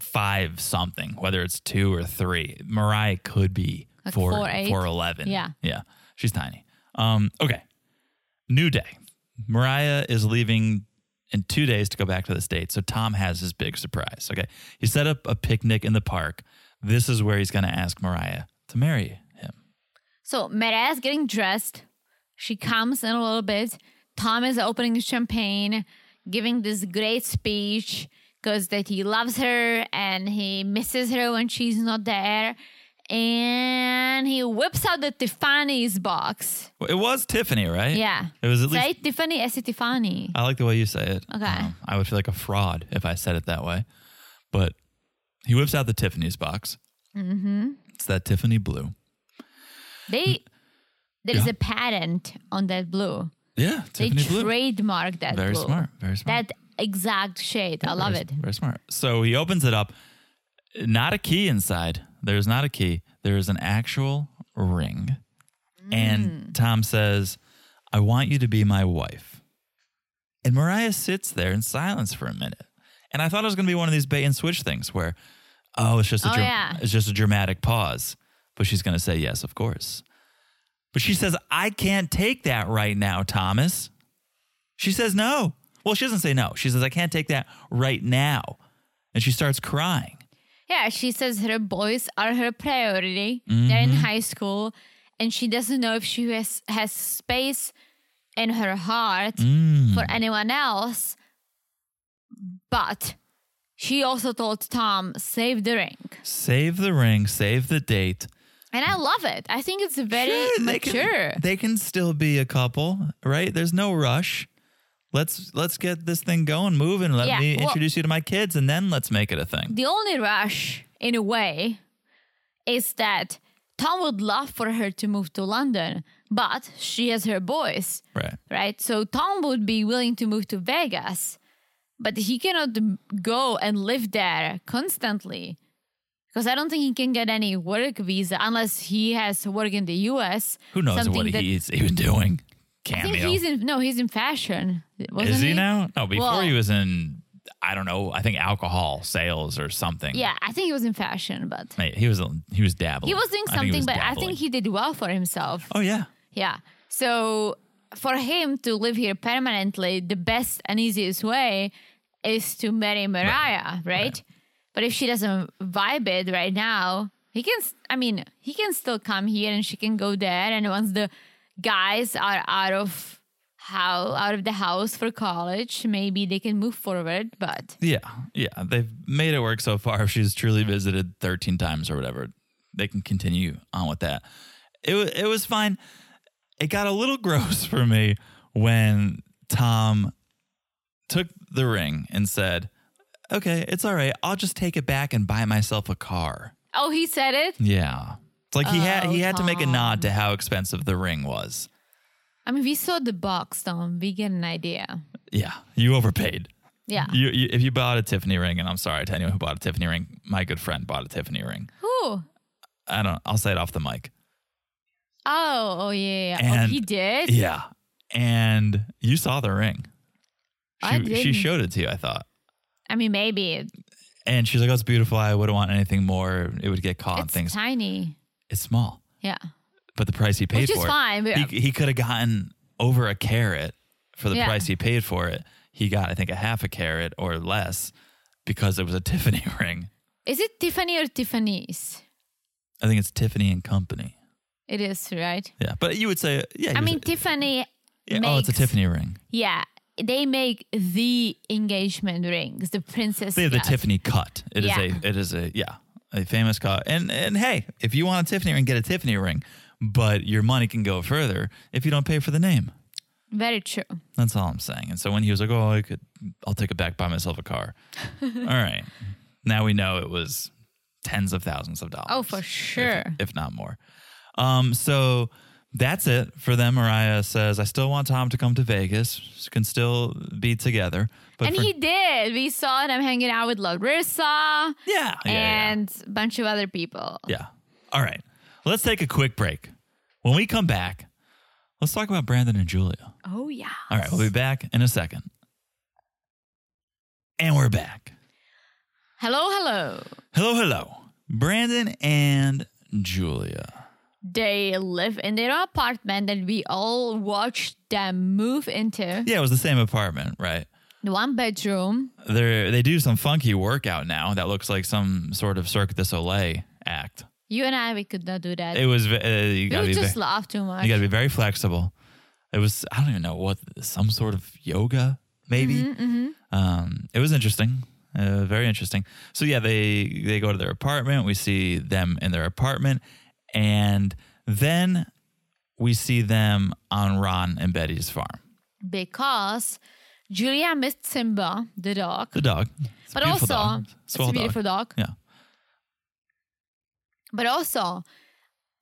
five something, whether it's two or three. Mariah could be
Like
four,
four, eight?
four eleven.
Yeah.
yeah, she's tiny. Um, okay, new day. Mariah is leaving in two days to go back to the states, so Tom has his big surprise. Okay, he set up a picnic in the park. This is where he's going to ask Mariah to marry him.
So Mariah's getting dressed. She comes in a little bit. Tom is opening the champagne, giving this great speech because that he loves her and he misses her when she's not there. And he whips out the Tiffany's box.
Well, It was Tiffany, right?
Yeah.
It was at least.
Say Tiffany as Tiffany.
I like the way you say it.
Okay.
Um, I would feel like a fraud if I said it that way. But he whips out the Tiffany's box. Mm-hmm. It's that Tiffany blue.
They there is
Mm. Yeah.
a patent on that blue.
Yeah, Tiffany
they
blue.
trademarked that
Very
blue.
smart. Very smart.
That exact shade. I love
very,
it.
Very smart. So he opens it up. Not a key inside. There's not a key. There is an actual ring.
Mm.
And Tom says, I want you to be my wife. And Mariah sits there in silence for a minute. And I thought it was going to be one of these bait and switch things where, oh, it's just a,
Oh,
dra-
yeah.
it's just a dramatic pause. But she's going to say, yes, of course. But she says, I can't take that right now, Thomas. She says no. Well, she doesn't say no. She says, I can't take that right now. And she starts crying.
Yeah, she says her boys are her priority. They're in
Mm-hmm.
high school, and she doesn't know if she has, has space in her heart
Mm.
for anyone else. But she also told Tom, save the ring.
Save the ring, save the date.
And I love it. I think it's very
Sure, they can-
mature.
they can still be a couple, right? There's no rush. Let's let's get this thing going, moving. Let
Yeah,
me
well-
introduce you to my kids and then let's make it a thing.
the only rush, in a way, is that Tom would love for her to move to London, but she has her boys.
Right.
right? So Tom would be willing to move to Vegas, but he cannot m- go and live there constantly because I don't think he can get any work visa unless he has work in the U.S.
Who knows
something
what
that-
he's even doing?
I
Cameo.
think he's in no, he's in fashion. Wasn't
Is he, now? No, before
Well-
he was in I don't know, I think alcohol sales or something.
Yeah, I think he was in fashion, but
Mate, he was he was dabbling.
he was doing
I think
something.
was
but I
dabbling.
think he did well for himself.
Oh yeah.
Yeah. So for him to live here permanently, the best and easiest way is to marry Mariah, right? But if she doesn't vibe it right now, he can. s- I mean, he can still come here, and she can go there. And once the guys are out of how out of the house for college, maybe they can move forward. But
Yeah. Yeah. They've made it work so far. If she's truly visited 13 times or whatever, they can continue on with that. It, wa- it was fine. It got a little gross for me when Tom took the ring and said, Okay, it's all right. I'll just take it back and buy myself a car.
Oh, he said it?
Yeah. It's like he had
Oh,
he had to make a
Tom.
nod to how expensive the ring was.
I mean, we saw the box, Tom. We get an idea.
Yeah. You overpaid.
Yeah.
You, you if you bought a Tiffany ring, and I'm sorry to anyone who bought a Tiffany ring, my good friend bought a Tiffany ring.
Who?
I don't I'll say it off the mic.
Oh, oh yeah. yeah. oh,
And-
he did?
Yeah. And you saw the ring. She,
I
she
didn't.
showed it to you, I thought.
I mean, maybe.
And she's like, Oh, it's beautiful. I wouldn't want anything more. It would get caught and
it's
things.
tiny.
it's small.
Yeah.
But the price he paid
Which
for
is
it.
fine. but-
He, he could have gotten over a carrot for the
Yeah.
price he paid for it. He got, I think, a half a carrot or less because it was a Tiffany ring.
Is it Tiffany or Tiffany's?
I think it's Tiffany and Company.
It is, right?
Yeah, but you would say, yeah,
I
you
mean,
would
Tiffany.
say, yeah, oh, it's a
makes-
Tiffany ring.
Yeah. They make the engagement rings, the princess.
They have the
cut.
Tiffany cut. It is
Yeah.
a, it is a, yeah, a famous cut. And and hey, if you want a Tiffany ring, get a Tiffany ring. But your money can go further if you don't pay for the name.
Very true.
That's all I'm saying. And so when he was like, "Oh, I could, I'll take it back, buy myself a car." all right, now we know it was tens of thousands of dollars.
Oh, for sure.
if not more. Um, so that's it for them. Mariah says, "I still want Tom to come to Vegas. Can still be together." But
and
for-
he did. We saw them hanging out with Larissa
yeah, yeah, yeah.
and a bunch of other people.
Yeah. All right. Let's take a quick break. When we come back, let's talk about Brandon and Julia.
Oh, yeah.
All right. We'll be back in a second. And we're back.
Hello, hello.
Hello, hello. Brandon and Julia.
They live in their apartment and we all watched them move into
Yeah, it was the same apartment, right?
the one bedroom.
They they do some funky workout now that looks like some sort of Cirque du Soleil act.
You and I, we could not do that.
It was ve- uh, you
we
gotta
would
be ve-
just laugh too much.
you gotta be very flexible. It was I don't even know what some sort of yoga maybe.
Mm-hmm,
Um, it was interesting, uh, very interesting. So yeah, they they go to their apartment. We see them in their apartment, and then we see them on Ron and Betty's farm.
because Julia missed Simba, the dog,
The dog, It's a
but also
beautiful dog.
it's
Swell
a beautiful dog.
Yeah.
But also,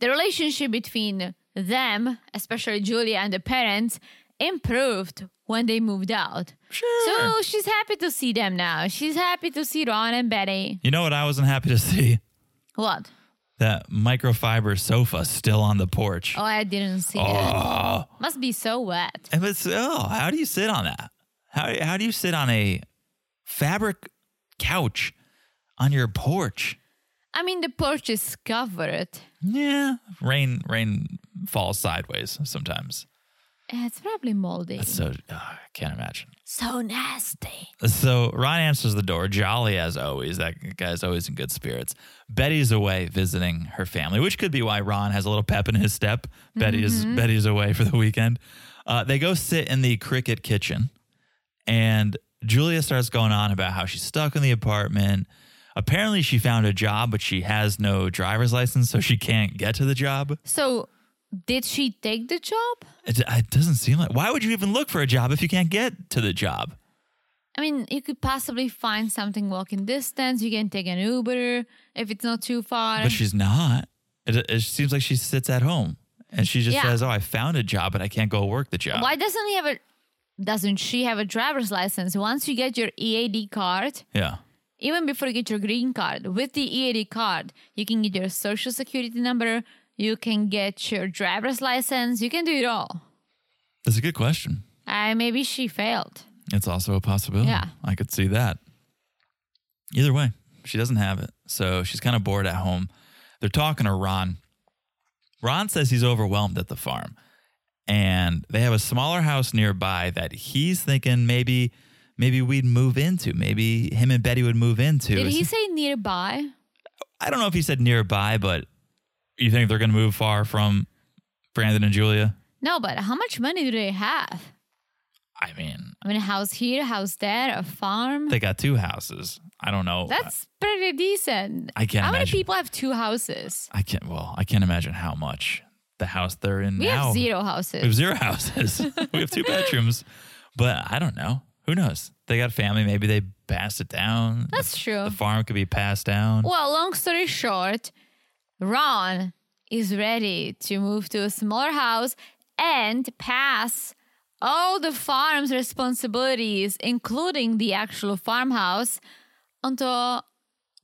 the relationship between them, especially Julia and the parents, improved when they moved out.
Sure.
So she's happy to see them now. She's happy to see Ron and Betty.
you know what? I wasn't happy to see
What?
that microfiber sofa still on the porch.
Oh, I didn't see that.
oh.
Must be so wet.
And but still, how do you sit on that? How how do you sit on a fabric couch on your porch?
I mean, the porch is covered.
Yeah, rain rain falls sideways sometimes.
It's probably moldy.
So uh, I can't imagine.
so nasty.
So Ron answers the door, jolly as always. That guy's always in good spirits. Betty's away visiting her family, which could be why Ron has a little pep in his step. Betty's Betty's away for the weekend. Uh, they go sit in the cricket kitchen, and Julia starts going on about how she's stuck in the apartment. Apparently, she found a job, but she has no driver's license, so she can't get to the job.
So, did she take the job?
It, it doesn't seem like. Why would you even look for a job if you can't get to the job?
I mean, you could possibly find something walking distance. You can take an Uber if it's not too far.
But she's not. It, it seems like she sits at home and she just
Yeah.
says, "Oh, I found a job, but I can't go work the job."
Why doesn't he have a? Doesn't she have a driver's license? Once you get your EAD card,
Yeah,
even before you get your green card, with the EAD card, you can get your social security number. You can get your driver's license. You can do it all.
that's a good question.
Uh, maybe she failed.
It's also a possibility.
Yeah.
I could see that. Either way, she doesn't have it, so she's kind of bored at home. They're talking to Ron. Ron says he's overwhelmed at the farm, and they have a smaller house nearby that he's thinking maybe, maybe we'd move into. Maybe him and Betty would move into.
Did
It's-
he say nearby?
I don't know if he said nearby, but you think they're going to move far from Brandon and Julia?
No, but how much money do they have?
I mean,
I mean, a house here, a house there, a farm.
they got two houses. I don't know.
That's pretty decent.
I can't
How many
imagine.
people have two houses?
I can't. Well, I can't imagine how much the house they're in
We
now.
have zero
We have
houses.
zero houses. we have two bedrooms, but I don't know. Who knows? They got family. Maybe they passed it down.
That's true.
The farm could be passed down.
Well, long story short, Ron is ready to move to a smaller house and pass all the farm's responsibilities, including the actual farmhouse, onto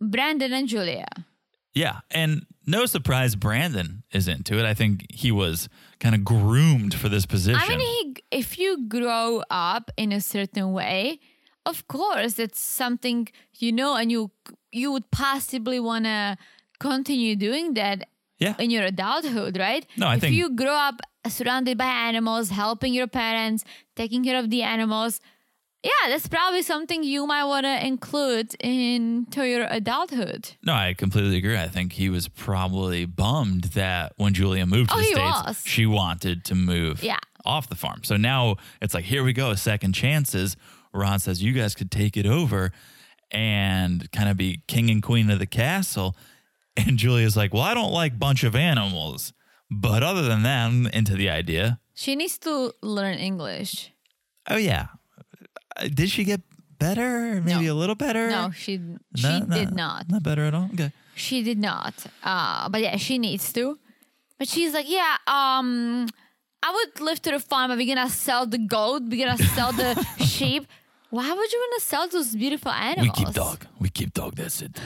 Brandon and Julia.
Yeah. And no surprise, Brandon is into it. I think he was kind of groomed for this position.
I mean, he, if you grow up in a certain way, of course, it's something you know, and you you would possibly want to continue doing that
yeah.
in your adulthood, right?
No, I
if
think-
you grow up surrounded by animals, helping your parents, taking care of the animals, yeah, that's probably something you might want to include into your adulthood.
No, I completely agree. I think he was probably bummed that when Julia moved to
Oh,
the
he
States,
was.
she wanted to move
Yeah.
off the farm. So now it's like, here we go, second chances. Ron says, you guys could take it over and kind of be king and queen of the castle. And Julia's like, well, I don't like bunch of animals. But other than that, I'm into the idea.
She needs to learn English.
Oh, yeah. Uh, Did she get better? Maybe
No.
a little better?
No, she she
No, no,
did not.
Not better at all? Okay.
She did not. Uh, but yeah, she needs to. But she's like, yeah, um, I would live to the farm. Are we gonna sell the goat? We're gonna sell the sheep. Why would you want to sell those beautiful
We
animals?
keep dog. We keep dog. That's it.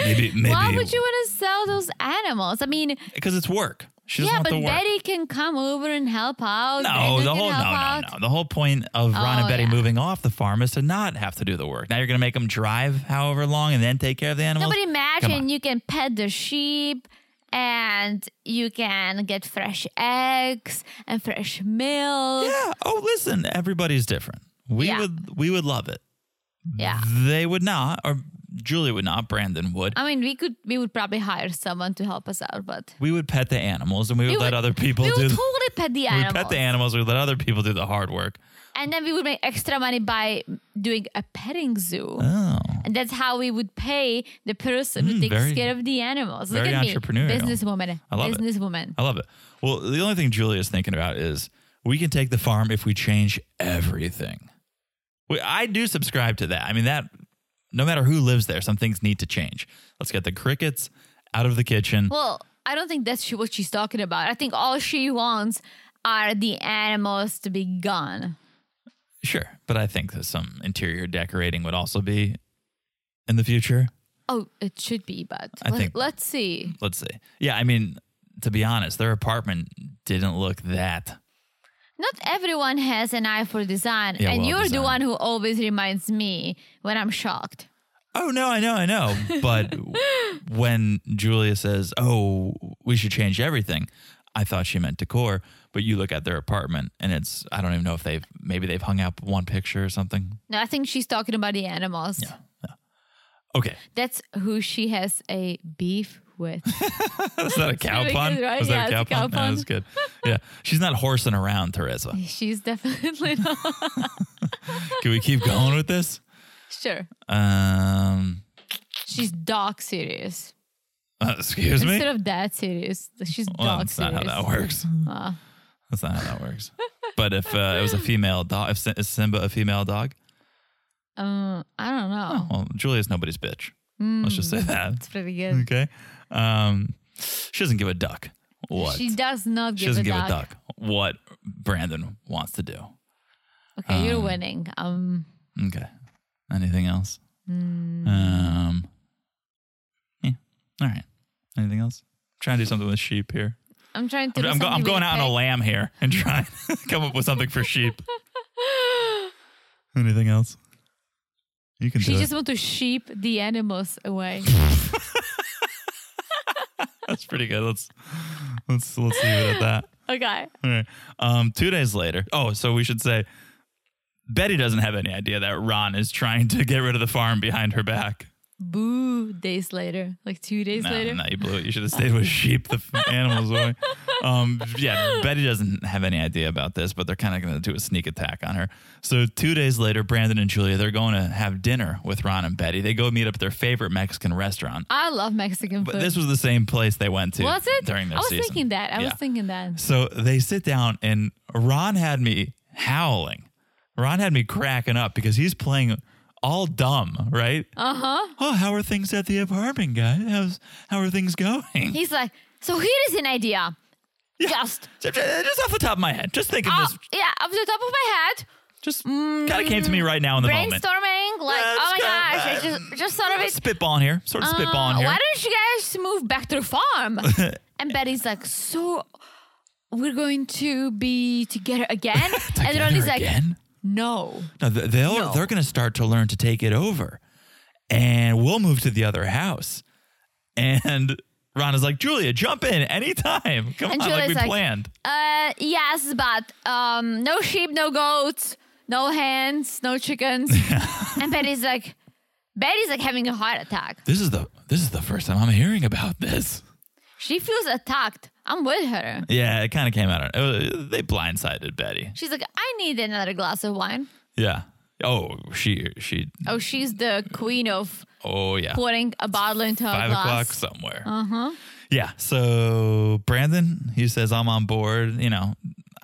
maybe, maybe.
Why would you want to sell those animals? I mean,
Because it's work. She doesn't
yeah,
want
but
the work.
Betty can come over and help out.
no,
Brandon
the
can
whole no,
help
no,
out.
no. The whole point of Ron and
Oh,
Betty
yeah.
moving off the farm is to not have to do the work. Now you're going to make them drive however long and then take care of the animals.
No, but
on.
imagine you can pet the sheep and you can get fresh eggs and fresh milk.
yeah. Oh, listen, everybody's different. We
Yeah.
would we would love it.
Yeah.
They would not, or Julia would not. Brandon would.
I mean, we could, we would probably hire someone to help us out, but
we would pet the animals and we would
We
let
would-
other people
we
do.
would
the-
totally pet the
we would
animals,
pet the animals. We would let other people do the hard work.
and then we would make extra money by doing a petting zoo,
Oh,
and that's how we would pay the person who
Mm,
takes
very-
care of the animals. Look
very
at me,
entrepreneurial.
businesswoman,
I love it.
businesswoman.
I love it. Well, the only thing Julia's thinking about is we can take the farm if we change everything. We, I do subscribe to that. I mean, that no matter who lives there, some things need to change. Let's get the crickets out of the kitchen.
Well, I don't think that's she- what she's talking about. I think all she wants are the animals to be gone.
sure, but I think that some interior decorating would also be in the future.
Oh, it should be, but
I
let,
think-
let's see.
Let's see. Yeah, I mean, to be honest, their apartment didn't look that.
Not everyone has an eye for design,
Yeah,
and
well,
you're
design.
the one who always reminds me when I'm shocked.
Oh no, I know, I know. But when Julia says, "Oh, we should change everything," I thought she meant decor. But you look at their apartment, and it's—I don't even know if they've maybe they've hung up one picture or something.
No, I think she's talking about the animals.
Okay,
That's who she has a beef with.
that's not a cow
really
pun.
good, right?
Was that
Yeah,
a cow pun? That was good. Yeah, she's not horsing around, Teresa.
she's definitely not
Can we keep going with this?
sure.
Um,
She's dog serious.
uh, excuse me.
Instead of dad serious, she's
Well,
dog
that's
serious.
not how that works.
Uh,
That's not how that works. But if uh, it was a female dog, if Sim- is Simba a female dog?
Um, I don't know.
Well, Oh, Julia's nobody's bitch. Let's just say that.
It's pretty good.
Okay. Um, she doesn't give a duck what
She does not give,
she doesn't
a,
give
duck.
a duck what Brandon wants to do.
Okay, you're winning. Um,
Okay. Anything else?
Hmm.
Um. Yeah. All right. Anything else? trying to do something with sheep here.
I'm trying to.
I'm,
do
I'm, go- I'm
something
going
with
out on a
pig.
lamb here and trying to come up with something for sheep. Anything else? You can
She
do
just
it.
wants to sheep the animals away.
That's pretty good. Let's let's let's leave it at that.
okay.
All right. Um, two days later. Oh, so we should say Betty doesn't have any idea that Ron is trying to get rid of the farm behind her back.
Boo! Days later, like two days
No,
later.
no, you blew it. You should have stayed with sheep. The f- animals. away. Um, yeah, Betty doesn't have any idea about this, but they're kind of going to do a sneak attack on her. So two days later, Brandon and Julia they're going to have dinner with Ron and Betty. They go meet up at their favorite Mexican restaurant.
I love Mexican
But
food.
this was the same place they went to.
was it?
during their
I was
season.
thinking that. I was
Yeah.
thinking that.
So they sit down, and Ron had me howling. Ron had me cracking up because he's playing all dumb, right?
Uh huh.
Oh, how are things at the apartment, guys? How's, how are things going?
He's like, so here is an idea. Just,
Just off the top of my head, just thinking
uh,
this,
yeah, off the top of my head,
just kind of came
mm,
to me right now in the moment.
brainstorming. Like,
Yeah,
oh
it's
my
kinda-
gosh, I just, just sort of it.
Spitballing here, sort of spitballing
Uh,
here.
Why don't you guys move back to the farm? and Betty's like, so we're going to be together again. and
Together
Ronnie's like,
again?
no.
No, th- they'll
No.
they're going to start to learn to take it over, and we'll move to the other house. And Ron is like, Julia, jump in anytime. Come
And
on, like
Julia's
we
like,
planned.
Uh, yes, but um, no sheep, no goats, no hens, no chickens. and Betty's like, Betty's like having a heart attack.
This is the this is the first time I'm hearing about this.
She feels attacked. I'm with her.
Yeah, it kind of came out. Of, it was- they blindsided Betty.
She's like, I need another glass of wine.
Yeah. Oh, she she.
Oh, she's the queen of
Oh yeah.
pouring a bottle into a
Five o'clock
glass.
somewhere. Uh huh.
Uh-huh.
Yeah. So Brandon, he says I'm on board. You know,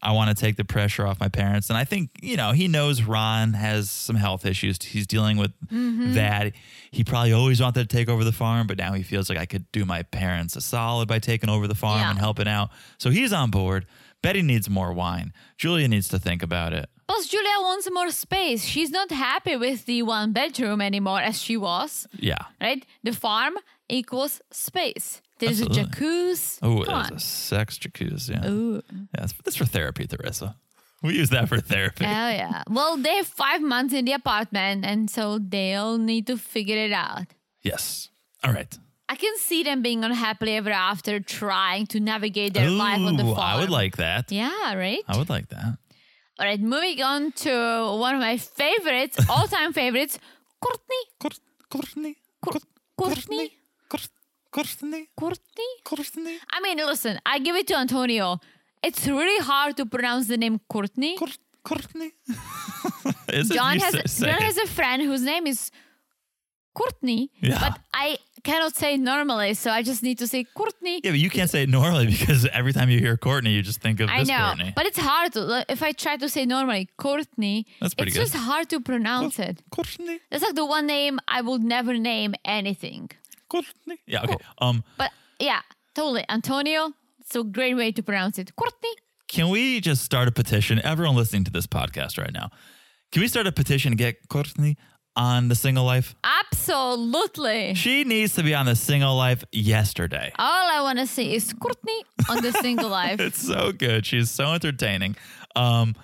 I want to take the pressure off my parents, and I think you know he knows Ron has some health issues. He's dealing with
Mm-hmm.
that. He probably always wanted to take over the farm, but now he feels like I could do my parents a solid by taking over the farm
Yeah.
and helping out. So he's on board. Betty needs more wine. Julia needs to think about it.
Plus, Julia wants more space. She's not happy with the one bedroom anymore as she was,
Yeah.
right? The farm equals space. There's a
Absolutely.
jacuzzi.
Oh,
Come
there's
on.
a sex jacuzzi. Yeah.
Ooh.
yeah that's, that's for therapy, Theresa. We use that for therapy.
Oh yeah. Well, they have five months in the apartment, and so they'll need to figure it out.
Yes. All right.
I can see them being unhappily ever after, trying to navigate their life on the
Ooh,
farm.
I would like that.
Yeah, right.
I would like that.
All right, moving on to one of my favorites, all-time favorites, Courtney.
Court- Courtney.
Cour-
Court-
Courtney?
Court- Courtney.
Courtney.
Courtney.
I mean, listen, I give it to Antonio. It's really hard to pronounce the name Courtney.
Court- Courtney. Is it
John
you
has
say- say
John
it.
has a friend whose name is Courtney,
Yeah.
but I cannot say it normally, so I just need to say Courtney.
Yeah, but you can't say it normally because every time you hear Courtney, you just think of
I
this
know,
Courtney.
but it's hard to. like, If I try to say normally Courtney,
That's pretty
it's
good.
just hard to pronounce it.
Courtney.
That's like the one name I would never name anything.
Courtney. Yeah. Okay. Um.
But yeah, totally. Antonio, it's a great way to pronounce it. Courtney.
Can we just start a petition? Everyone listening to this podcast right now, can we start a petition to get Courtney on the Single Life?
Absolutely.
She needs to be on the Single Life yesterday.
All I want to see is Courtney on the single life.
It's so good. She's so entertaining. Um,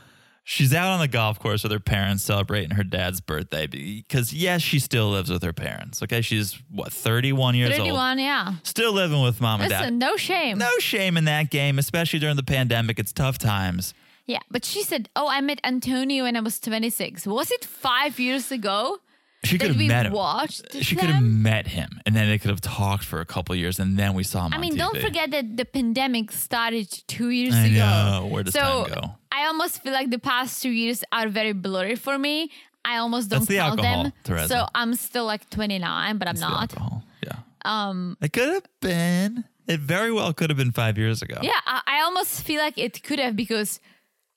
she's out on the golf course with her parents celebrating her dad's birthday because yes, she still lives with her parents. Okay, she's what 31 years old,
31, yeah.
still living with mom and
Listen,
dad.
no shame.
No shame in that game, especially during the pandemic. It's tough times.
Yeah, but she said, "Oh, I met Antonio when I was 26." Was it five years ago
She could
that
have
we
met him.
watched
She could have
them?
met him, and then they could have talked for a couple years, and then we saw him.
I
on
mean, don't
TV.
forget that the pandemic started two years
I
ago.
know. Where does
so
time go?
I almost feel like the past two years are very blurry for me. I almost don't
That's the
count
alcohol,
them.
Teresa.
So I'm still like 29, but I'm
The
not.
alcohol. Yeah. Um. It could have been. It very well could have been five years ago.
Yeah, I, I almost feel like it could have because,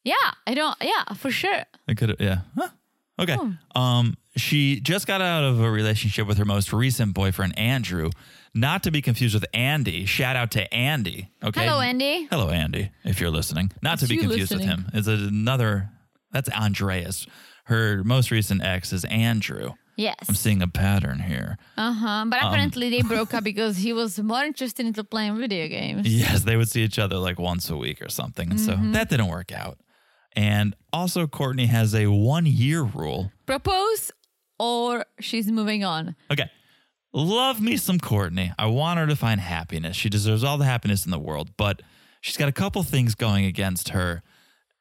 yeah, I don't. Yeah, for sure.
It could have, yeah. Huh. Okay.
Hmm.
Um, she just got out of a relationship with her most recent boyfriend, Andrew, not to be confused with Andy. Shout out to Andy. Okay.
Hello, Andy.
Hello, Andy, if you're listening. Not to
Is
be
you
confused with
listening?
him. Is another, that's Andreas. Her most recent ex is Andrew. I'm Um,
Yes.
seeing a pattern here.
Uh huh. But apparently they broke up because he was more interested into playing video games.
Yes, they would see each other like once a week or something. And
Mm-hmm.
so that didn't work out. And also, Courtney has a one year rule
Propose or she's moving on.
Okay. Love me some Courtney. I want her to find happiness. She deserves all the happiness in the world, but she's got a couple things going against her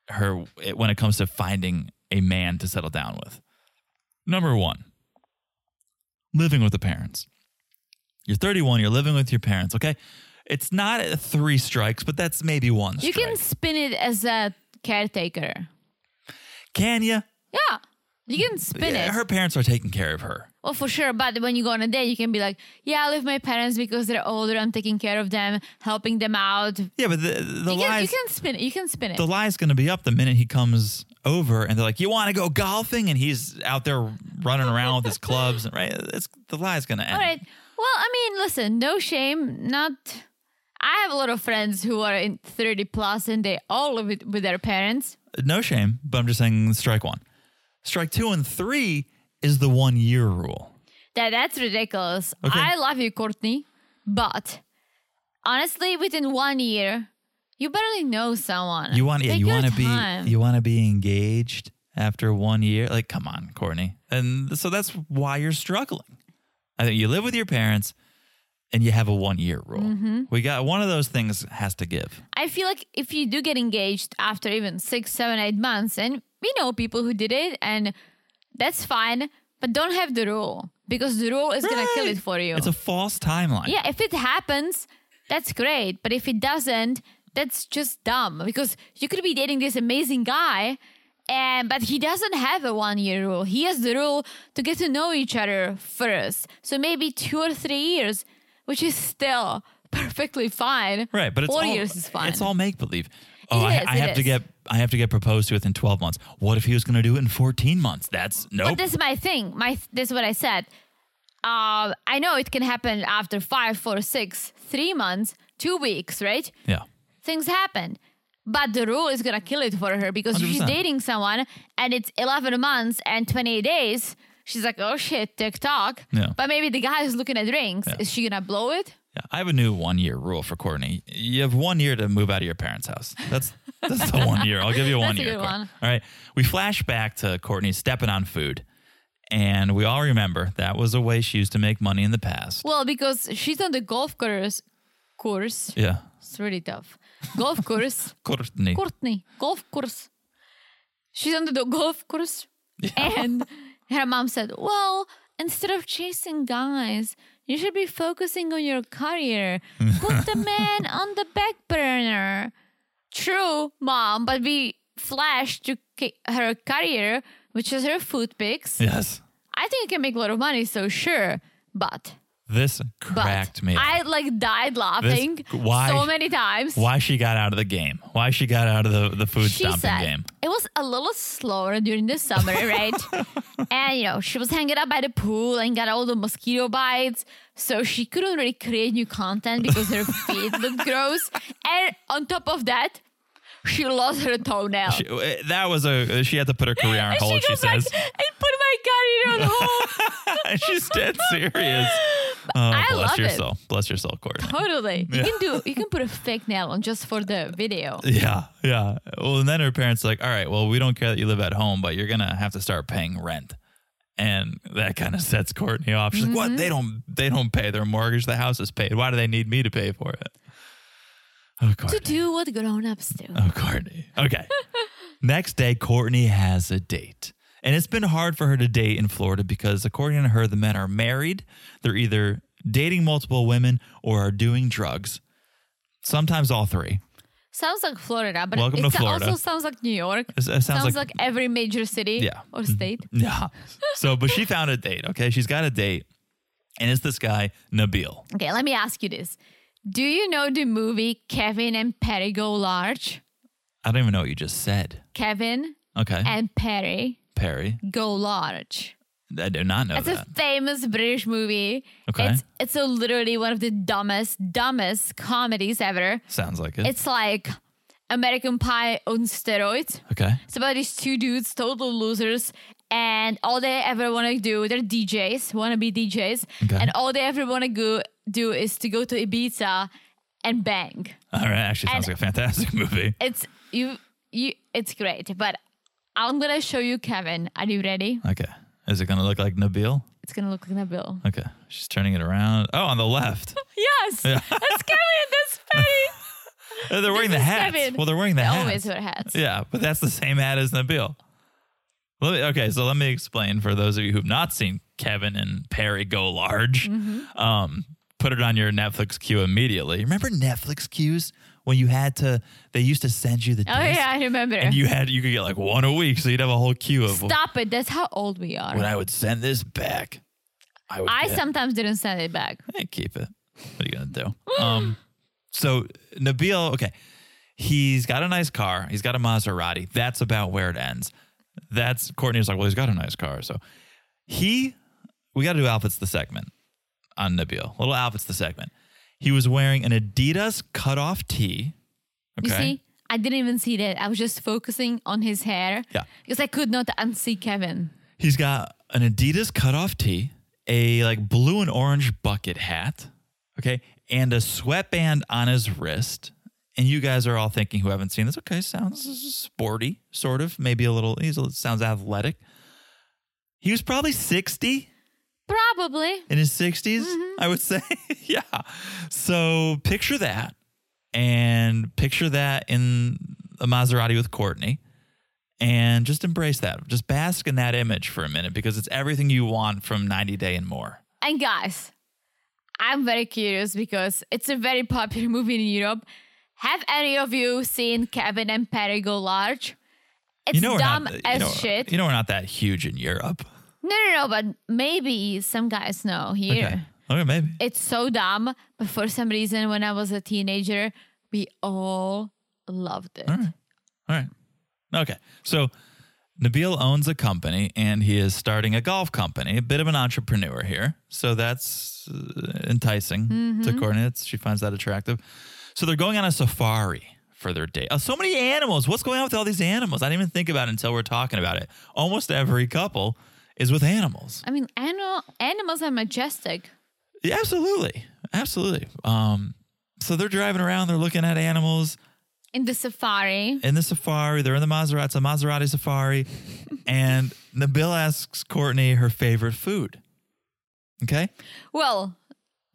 her it- when it comes to finding a man to settle down with. Number 1. living with the parents. You're 31, you're living with your parents, okay? It's not uh, three strikes, but that's maybe one
You
strike.
can spin it as a caretaker.
Can you?
Yeah. You can spin it.
Her parents are taking care of her.
Well, for sure. But when you go on a date, you can be like, yeah, I live with my parents because they're older. I'm taking care of them, helping them out. You
Yeah, but the, the
can, you
lies
can spin it. You can spin it.
the lie's going to be up the minute he comes over and they're like, "You want to go golfing?" and he's out there running around with his clubs, right? It's the lie's going to end.
All right. Well, I mean, listen, no shame. Not. I have a lot of friends who are in 30 plus and they all live with, with their parents.
No shame, but I'm just saying strike 1. Strike 2 and 3 is the 1 year rule.
That that's ridiculous.
Okay.
I love you, Courtney, but honestly, within one year, you barely know someone.
You want yeah,
Take
you
your
want to
time.
be you want to be engaged after 1 year? Like come on, Courtney. And so that's why you're struggling. I think you live with your parents and you have a 1 year rule. We got one of those things has to give.
I feel like if you do get engaged after even six, seven, eight months, and we know people who did it, and that's fine, but don't have the rule because the rule is gonna kill
Right.
it for you.
It's a false timeline.
yeah, if it happens, that's great, but if it doesn't, that's just dumb because you could be dating this amazing guy. And, but he doesn't have a one year rule. He has the rule to get to know each other first. So maybe two or three years, which is still perfectly fine.
Right, but it's
four
all,
years is fine.
It's all make believe. Oh,
It
I,
is,
I
it
have to
is.
get I have to get proposed to within twelve months. What if he was going to do it in fourteen months? That's
But
nope.
this is my thing. My this is what I said. Uh, I know it can happen after five, four, six, three months, two weeks, right?
yeah,
Things happen. But the rule is gonna kill it for her because if she's
100%.
dating someone and it's eleven months and twenty days. She's like, oh shit, TikTok.
Yeah.
But maybe the guy is looking at rings. Is she gonna blow it?
yeah. I have a new one year rule for Courtney. You have one year to move out of your parents' house. That's that's the one year. I'll give you one
That's a
year.
good
Courtney.
one.
All right. We flash back to Courtney stepping on food, and we all remember that was a way she used to make money in the past.
Well, because she's on the golf course. Course,
yeah,
it's really tough. Golf course.
Courtney.
Courtney, golf course. She's on the golf course. And her mom said, Well, instead of chasing guys, you should be focusing on your career. Put the man on the back burner. True, mom, but we flashed to ca- her career, which is her food pics.
yes,
I think you can make a lot of money, so sure. But,
this
but
cracked me. up.
I like died laughing
why-
so many times.
why she got out of the game? Why she got out of the the food
she
stomping
said
game?
it was a little slower during the summer, right? and you know, she was hanging out by the pool and got all the mosquito bites, so she couldn't really create new content because her feet looked gross. And on top of that, she lost her toenail.
She- uh, that was a. She had to put her career on
and
hold.
she
She,
goes like,
says
"I put my career on hold."
she's dead serious. Oh,
I
bless
love
your
it.
soul. Bless your soul, Courtney.
totally, you can do. You can put a fake nail on just for the video.
Yeah, yeah. Well, and then her parents are like, all right, well, we don't care that you live at home, but you're gonna have to start paying rent, and that kind of sets Courtney off. She's
Mm-hmm.
like, what? They don't, they don't pay their mortgage. The house is paid. Why do they need me to pay for it? Oh,
To
Courtney.
do what grown-ups do.
Oh, Courtney. Okay. Next day, Courtney has a date. And it's been hard for her to date in Florida because, according to her, the men are married. They're either dating multiple women or are doing drugs, sometimes all three.
Sounds like Florida, but
Welcome to
it
Florida.
also sounds like New York.
It, it sounds,
sounds
like.
like, every major city
Yeah. Mm-hmm.
or state.
Yeah. So, but she found a date. Okay. She's got a date. And it's this guy, Nabil.
Okay, let me ask you this. Do you know the movie Kevin and Perry Go Large?
I don't even know what you just said.
Kevin
Okay.
and Perry
Perry.
Go Large.
I do not know
It's a
that.
famous British movie.
Okay.
It's it's a, literally one of the dumbest, dumbest comedies ever.
Sounds like it.
It's like American Pie on steroids.
okay.
It's about these two dudes, total losers, and all they ever want to do, they're DJs, want to be DJs,
Okay.
and all they ever want to go do is to go to Ibiza and bang.
All right. Actually, sounds
And-
like a fantastic movie.
It's you, you. It's great, but I'm gonna show you Kevin. Are you ready?
Okay. Is it going to look like Nabil?
It's gonna look like a bill.
Okay. She's turning it around. Oh, on the left.
Yes, that's Kevin. That's Patty.
Uh, They're wearing the
is
hats.
Kevin.
Well, they're wearing the
They
hats.
always wear hats.
Yeah, but that's the same hat as Nabil. Let me, okay, so let me explain for those of you who've not seen Kevin and Perry Go Large.
Mm-hmm.
Um, put it on your Netflix queue immediately. Remember Netflix queues when you had to? They used to send you the.
Oh
disc
yeah, I remember.
And you had you could get like one a week, so you'd have a whole queue of.
Stop it. That's how old we are.
When I would send this back, I would.
I
get-
sometimes didn't send it back.
Hey, keep it. What are you gonna do? um, so Nabil, okay, he's got a nice car. He's got a Maserati. That's about where it ends. That's Courtney's like, well, he's got a nice car, so he. We got to do outfits the segment on Nabil. Little outfits the segment. He was wearing an Adidas cutoff tee.
You see, I didn't even see that. I was just focusing on his hair.
Yeah.
Because I could not unsee Kevin.
He's got an Adidas cutoff tee, a like blue and orange bucket hat, okay, and a sweatband on his wrist. And you guys are all thinking, who haven't seen this, okay, sounds sporty, sort of, maybe a little. He sounds athletic. He was probably sixty
Probably.
in his 60s,
Mm-hmm.
I would say. yeah. So picture that and picture that in a Maserati with Courtney and just embrace that. Just bask in that image for a minute because it's everything you want from 90 Day and More.
And guys, I'm very curious because it's a very popular movie in Europe. Have any of you seen Kevin and Perry go large? It's
You know, we're
dumb
not,
as
you know,
shit.
You know, we're not that huge in Europe.
no, no, no, but maybe some guys know here.
Okay. Okay, maybe.
It's so dumb, but for some reason, when I was a teenager, we all loved it.
right. All right. Okay. So Nabil owns a company and he is starting a golf company, a bit of an entrepreneur here. So that's uh, enticing to Courtney. It's- She finds that attractive. So they're going on a safari for their date. Oh, so many animals. What's going on with all these animals? I didn't even think about it until we're talking about it. Almost every couple is with animals.
I mean, animal, animals are majestic.
Yeah, absolutely. Absolutely. Um, so they're driving around, they're looking at animals.
In the safari,
in the safari. They're in the Maserati. It's a Maserati safari. and Nabil asks Courtney her favorite food. Okay.
well,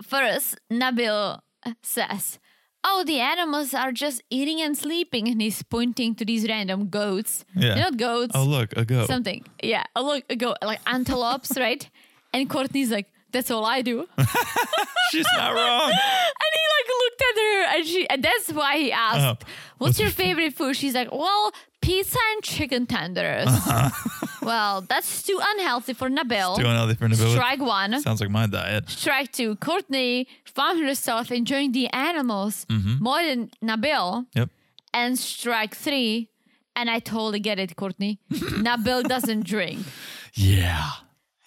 first, Nabil says, Oh, the animals are just eating and sleeping. And he's pointing to these random goats.
Yeah.
They're Not goats,
Oh, look, a goat.
something. Yeah. Oh, look, a goat, like antelopes, right? And Courtney's like, That's all I do.
She's not wrong.
And he like looked at her, and she, and that's why he asked,
Uh-huh.
"What's your favorite food?" She's like, "Well, pizza and chicken tenders."
Uh-huh.
well, that's too unhealthy for Nabil.
Doing all different Nabil.
Strike one.
Sounds like my diet.
Strike two. Courtney found herself enjoying the animals
Mm-hmm.
more than Nabil.
Yep.
And strike three. And I totally get it, Courtney. Nabil doesn't drink.
Yeah.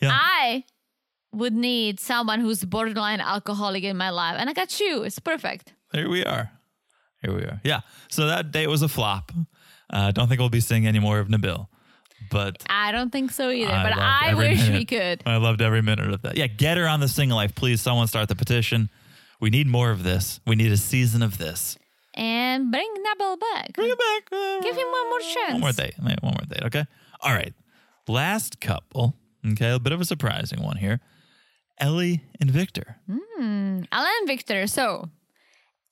Yeah.
I would need someone who's borderline alcoholic in my life, and I got you. It's perfect.
Here we are. Here we are. Yeah. So that date was a flop. I uh, don't think we'll be seeing any more of Nabil. But
I don't think so either,
I
but
loved
I
every
wish we
minute.
could.
I loved every minute of that. Yeah, get her on the single life, please. Someone start the petition. We need more of this. We need a season of this.
And bring Nabil back.
Bring it back.
Give him one more chance.
One more date. Maybe One more date. Okay. All right. Last couple. Okay. A bit of a surprising one here. Ellie and Victor.
Hmm? Alan Victor, so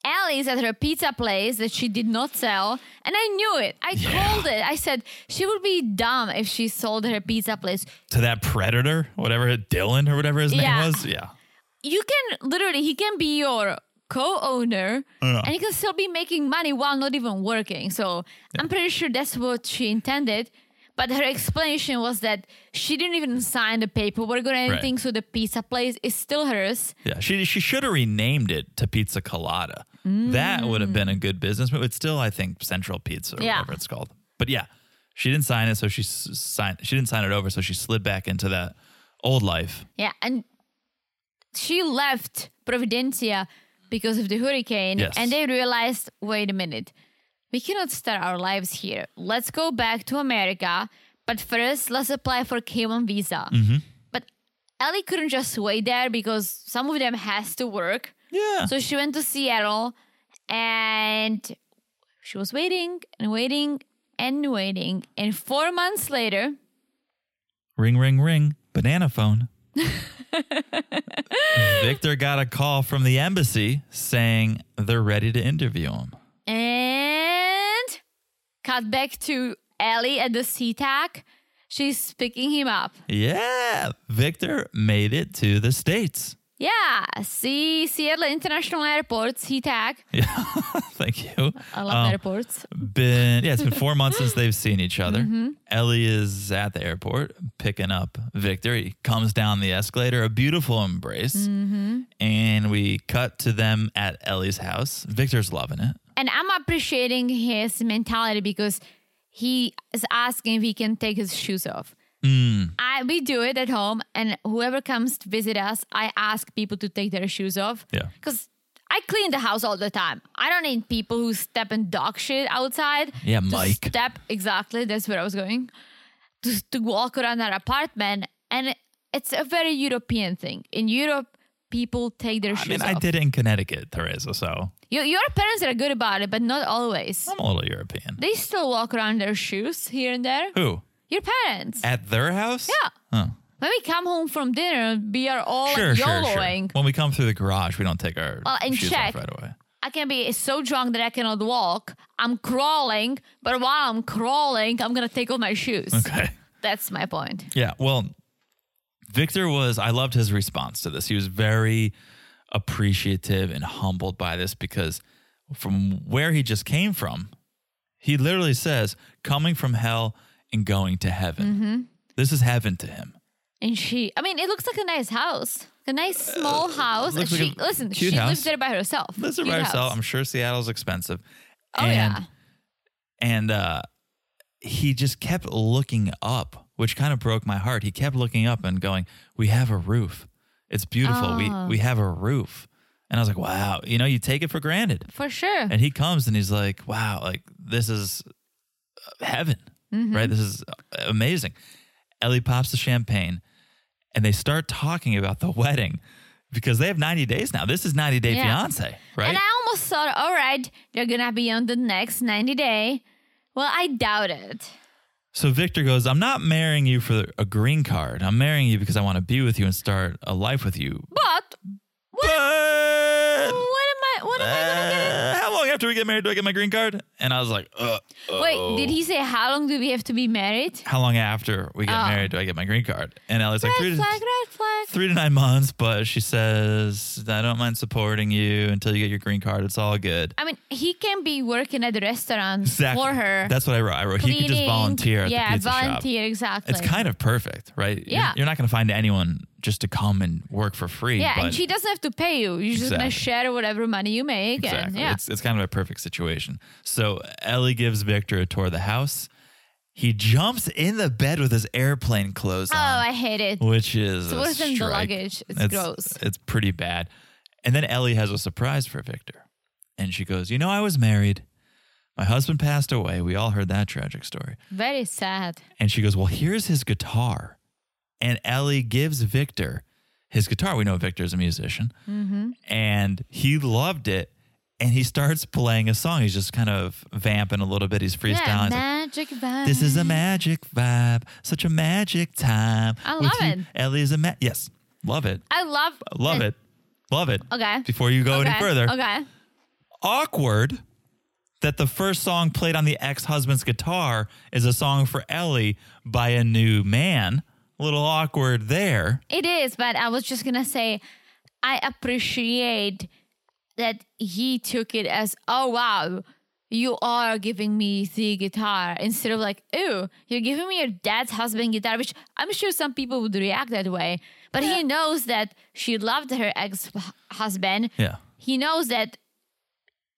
Ellie's at her pizza place that she did not sell, and I knew it. I
Yeah.
called it. I said she would be dumb if she sold her pizza place.
To that predator, whatever Dylan or whatever his
Yeah.
name was. Yeah.
You can literally, he can be your co owner
Oh, Yeah.
and he can still be making money while not even working. So I'm pretty sure that's what she intended. But her explanation was that she didn't even sign the paperwork or anything, so the pizza place is still hers.
Yeah. She she should have renamed it to Pizza Colada. That would have been a good business move. It's still, I think, Central Pizza or
Mm. Yeah.
whatever it's called. But yeah, she didn't sign it, so she s- signed. She didn't sign it over, so she slid back into that old life.
Yeah, and she left Providencia because of the hurricane,
Yes.
and they realized, wait a minute, we cannot start our lives here. Let's go back to America, but first let's apply for K1 visa. But Ellie couldn't just wait there because some of them has to work.
Yeah.
So she went to Seattle and she was waiting and waiting and waiting. And four months later,
Ring, ring, ring. Banana phone. Victor got a call from the embassy saying they're ready to interview him.
And cut back to Ellie at the SeaTac. She's picking him up.
Yeah, Victor made it to the states.
Yeah, see Seattle International Airport's He tag.
Yeah, thank you.
I love airports.
Been yeah, it's been four months since they've seen each other. Ellie is at the airport picking up Victor. He comes down the escalator, a beautiful embrace, and we cut to them at Ellie's house. Victor's loving it.
And I'm appreciating his mentality because he is asking if he can take his shoes off. I we do it at home, and whoever comes to visit us, I ask people to take their shoes off.
Yeah.
Because I clean the house all the time. I don't need people who step in dog shit outside.
Yeah,
to
Mike.
Step exactly. That's where I was going. To to walk around our apartment, and it- it's a very European thing. In Europe, people take their
I
shoes
mean,
off.
I did it in Connecticut, Teresa, so
Your, your parents are good about it, but not always.
I'm a little European.
They still walk around their shoes here and there.
Who?
Your parents.
At their house?
Yeah.
Huh.
When we come home from dinner, we are all
Sure,
like
sure, sure.
YOLOing.
When we come through the garage, we don't take our
Well, and
shoes off
check.
right away.
I can be so drunk that I cannot walk. I'm crawling, but while I'm crawling, I'm gonna take off my shoes.
Okay.
That's my point.
Yeah. Well, Victor was, I loved his response to this. He was very appreciative and humbled by this because from where he just came from, he literally says, coming from hell and going to heaven.
Mm-hmm.
This is heaven to him.
And she, I mean, it looks like a nice house, a nice small house. And
Uh, looks like
she,
a
listen, she
cute house.
lives there by herself.
Lives there
Cute
by herself.
house.
I'm sure Seattle's expensive.
Oh, yeah.
And uh, he just kept looking up, which kind of broke my heart. He kept looking up and going, "We have a roof. It's beautiful.
Oh.
We we have a roof." And I was like, "Wow, you know, you take it for granted."
For sure.
And he comes and he's like, "Wow, like this is uh, heaven,
Mm-hmm.
right? This is uh, amazing." Ellie pops the champagne, and they start talking about the wedding because they have 90 days now. This is 90 Day
Yeah.
Fiance, right?
And I almost thought, all right, they're gonna be on the next 90 day. Well, I doubt it.
So Victor goes, I'm not marrying you for a green card. I'm marrying you because I want to be with you and start a life with you.
But
But
Oh what am I? What am I gonna get?
uh, how long after we get married do I get my green card? And I was like, Ugh,
Wait,
Oh.
did he say how long do we have to be married?
how long after we get
Oh.
married do I get my green card? And Ellie's like, three
Red flag,
to,
red flag.
three to nine months. But she says, I don't mind supporting you until you get your green card. It's all good.
I mean, he can be working at the restaurant
Exactly.
for her.
That's what I wrote. I wrote, he could just
cleaning.
volunteer at
yeah,
the pizza shop.
volunteer, exactly.
It's kind of perfect, right? You're-
Yeah.
You're, not going to find anyone just to come and work for free.
yeah,
but
and she doesn't have to pay you. You're just
Exactly.
gonna share whatever money you make, and
Exactly.
yeah,
It's, it's kind of a perfect situation. So Ellie gives Victor a tour of the house. He jumps in the bed with his airplane clothes
oh,
on,
I hate it.
which is a
worse than the
uh, strike.
luggage. It's gross.
It's pretty bad. And then Ellie has a surprise for Victor. And she goes, You know, I was married. My husband passed away. We all heard that tragic story.
Very sad.
And she goes, Well, here's his guitar. And Ellie gives Victor his guitar. We know Victor's a musician.
Mm-hmm.
And he loved it. And he starts playing a song. He's just kind of vamping a little bit. He's freestyling.
Yeah,
He's like,
magic vibe.
this is a magic vibe, such a magic time.
I
with
love
you."
it.
Ellie is a ma- yes, love it,
I love.
love it, love it.
Okay.
Before you go
Okay.
any further,
Okay.
awkward that the first song played on the ex-husband's guitar is a song for Ellie by a new man. A little awkward there.
It is, but I was just gonna say, I appreciate that he took it as, oh wow, you are giving me the guitar instead of like, ew, you're giving me your dad's husband guitar, which I'm sure some people would react that way. But he knows that she loved her ex husband.
Yeah.
He knows that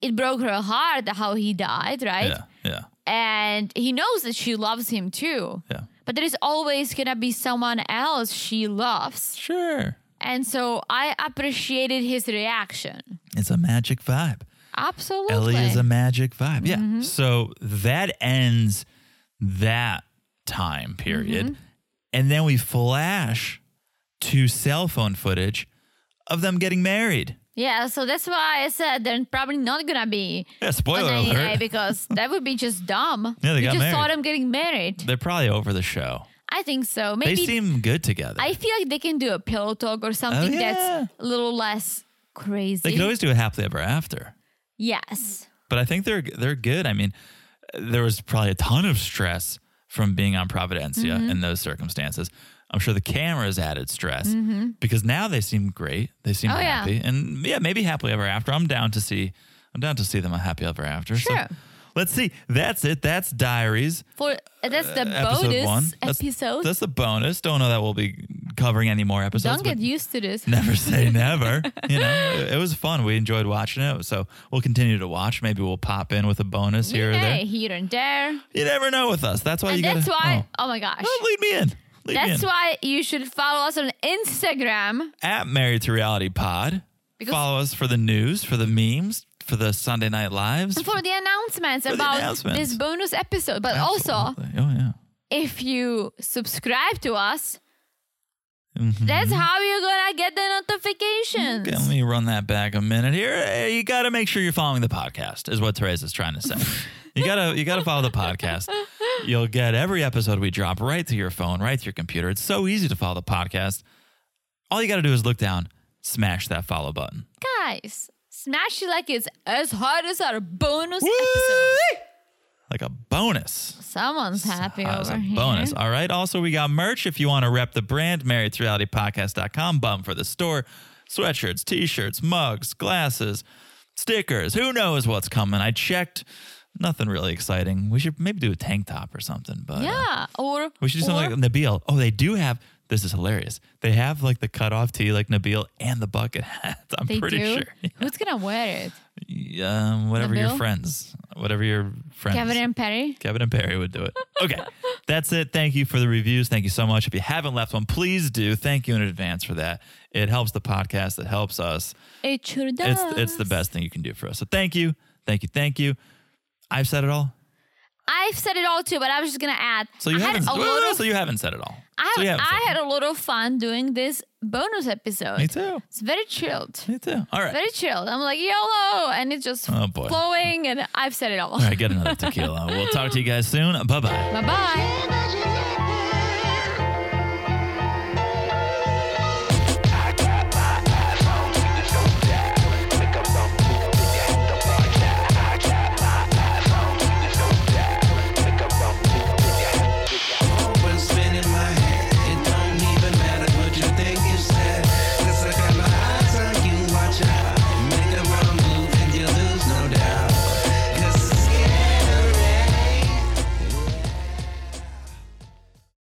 it broke her heart how he died, right?
Yeah. Yeah.
and he knows that she loves him too.
Yeah.
But there is always gonna be someone else she loves.
Sure.
And so I appreciated his reaction.
It's a magic vibe.
Absolutely.
Ellie is a magic vibe. Yeah.
Mm-hmm.
So that ends that time period.
Mm-hmm.
And then we flash to cell phone footage of them getting married.
yeah, so that's why I said they're probably not gonna be
Yeah,
on
spoiler
90 Day
alert.
because that would be just dumb.
Yeah, they
you
got
just saw
married.
them getting married.
They're probably over the show.
I think so.
They
Maybe
seem good together.
I feel like they can do a pillow talk or something
yeah.
that's a little less crazy.
They could always do a happily ever after,
yes.
but I think they're they're good. I mean, there was probably a ton of stress from being on Providencia
Mm-hmm.
in those circumstances. I'm sure the cameras added stress because now they seem great. They seem
Mm-hmm. Oh, yeah.
happy. And yeah, maybe happily ever after. I'm down to see I'm down to see them on happy ever after.
Sure.
So let's see. That's it. That's diaries.
For uh, that's the
Uh, episode
bonus
one. That's,
episode.
that's the bonus. Don't know that we'll be covering any more episodes.
Don't
but-
get used to this.
never say never. You know, it, it was fun. We enjoyed watching it. So we'll continue to watch. Maybe we'll pop in with a bonus here or
hey,
there.
here and there.
You never know with us. That's why
and
you
that's
gotta,
why.
oh.
Oh. my gosh.
Oh, lead me in. Lead
That's
me in.
why you should follow us on Instagram.
At Married to Reality Pod.
Because-
Follow us for the news, for the memes, for the Sunday Night Lives.
for the announcements
the
about
announcements.
this bonus episode. But also,
Absolutely. oh yeah.
if you subscribe to us,
Mm-hmm.
that's how you're gonna get the notifications.
Okay, let me run that back a minute here. Eh, You got to make sure you're following the podcast, is what Teresa's trying to say. you gotta you gotta follow the podcast. You'll get every episode we drop right to your phone, right to your computer. It's so easy to follow the podcast. All you got to do is look down, smash that follow button.
Guys, smash it like it's as hard as our bonus episode.
Woo-wee! Like a bonus.
Someone's happy
Uh, as
over
a
here.
bonus. All right. Also, we got merch if you want to rep the brand, married to reality podcast.com, bum for the store, sweatshirts, t shirts, mugs, glasses, stickers. Who knows what's coming? I checked. Nothing really exciting. We should maybe do a tank top or something, but uh,
Yeah, or
we should do
or-
something like Nabil. Oh, they do have this is hilarious. They have like the cutoff tee, like Nabil, and the bucket hat. I'm
they
pretty
do.
sure.
Who's gonna wear it?
Yeah, um, whatever your
Nabil?
friends, whatever your friends.
Kevin and Perry.
Kevin and Perry would do it. Okay. That's it. Thank you for the reviews. Thank you so much. If you haven't left one, please do. Thank you in advance for that. It helps the podcast. It helps us.
It sure does.
It's it's the best thing you can do for us. So thank you. Thank you. Thank you. I've said it all.
I've said it all too, but I was just gonna add.
So you
I had
haven't
a
well,
lot of
so you haven't said it all.
I,
so you haven't
I
said
had a lot of fun doing this bonus episode.
it. Me too.
It's very chilled.
Me too. All right.
Very chilled. I'm like, YOLO! And it's just
Oh, boy.
flowing, and I've said it all.
All right, get another tequila. We'll talk to you guys soon. Bye bye.
Bye bye.
Imagine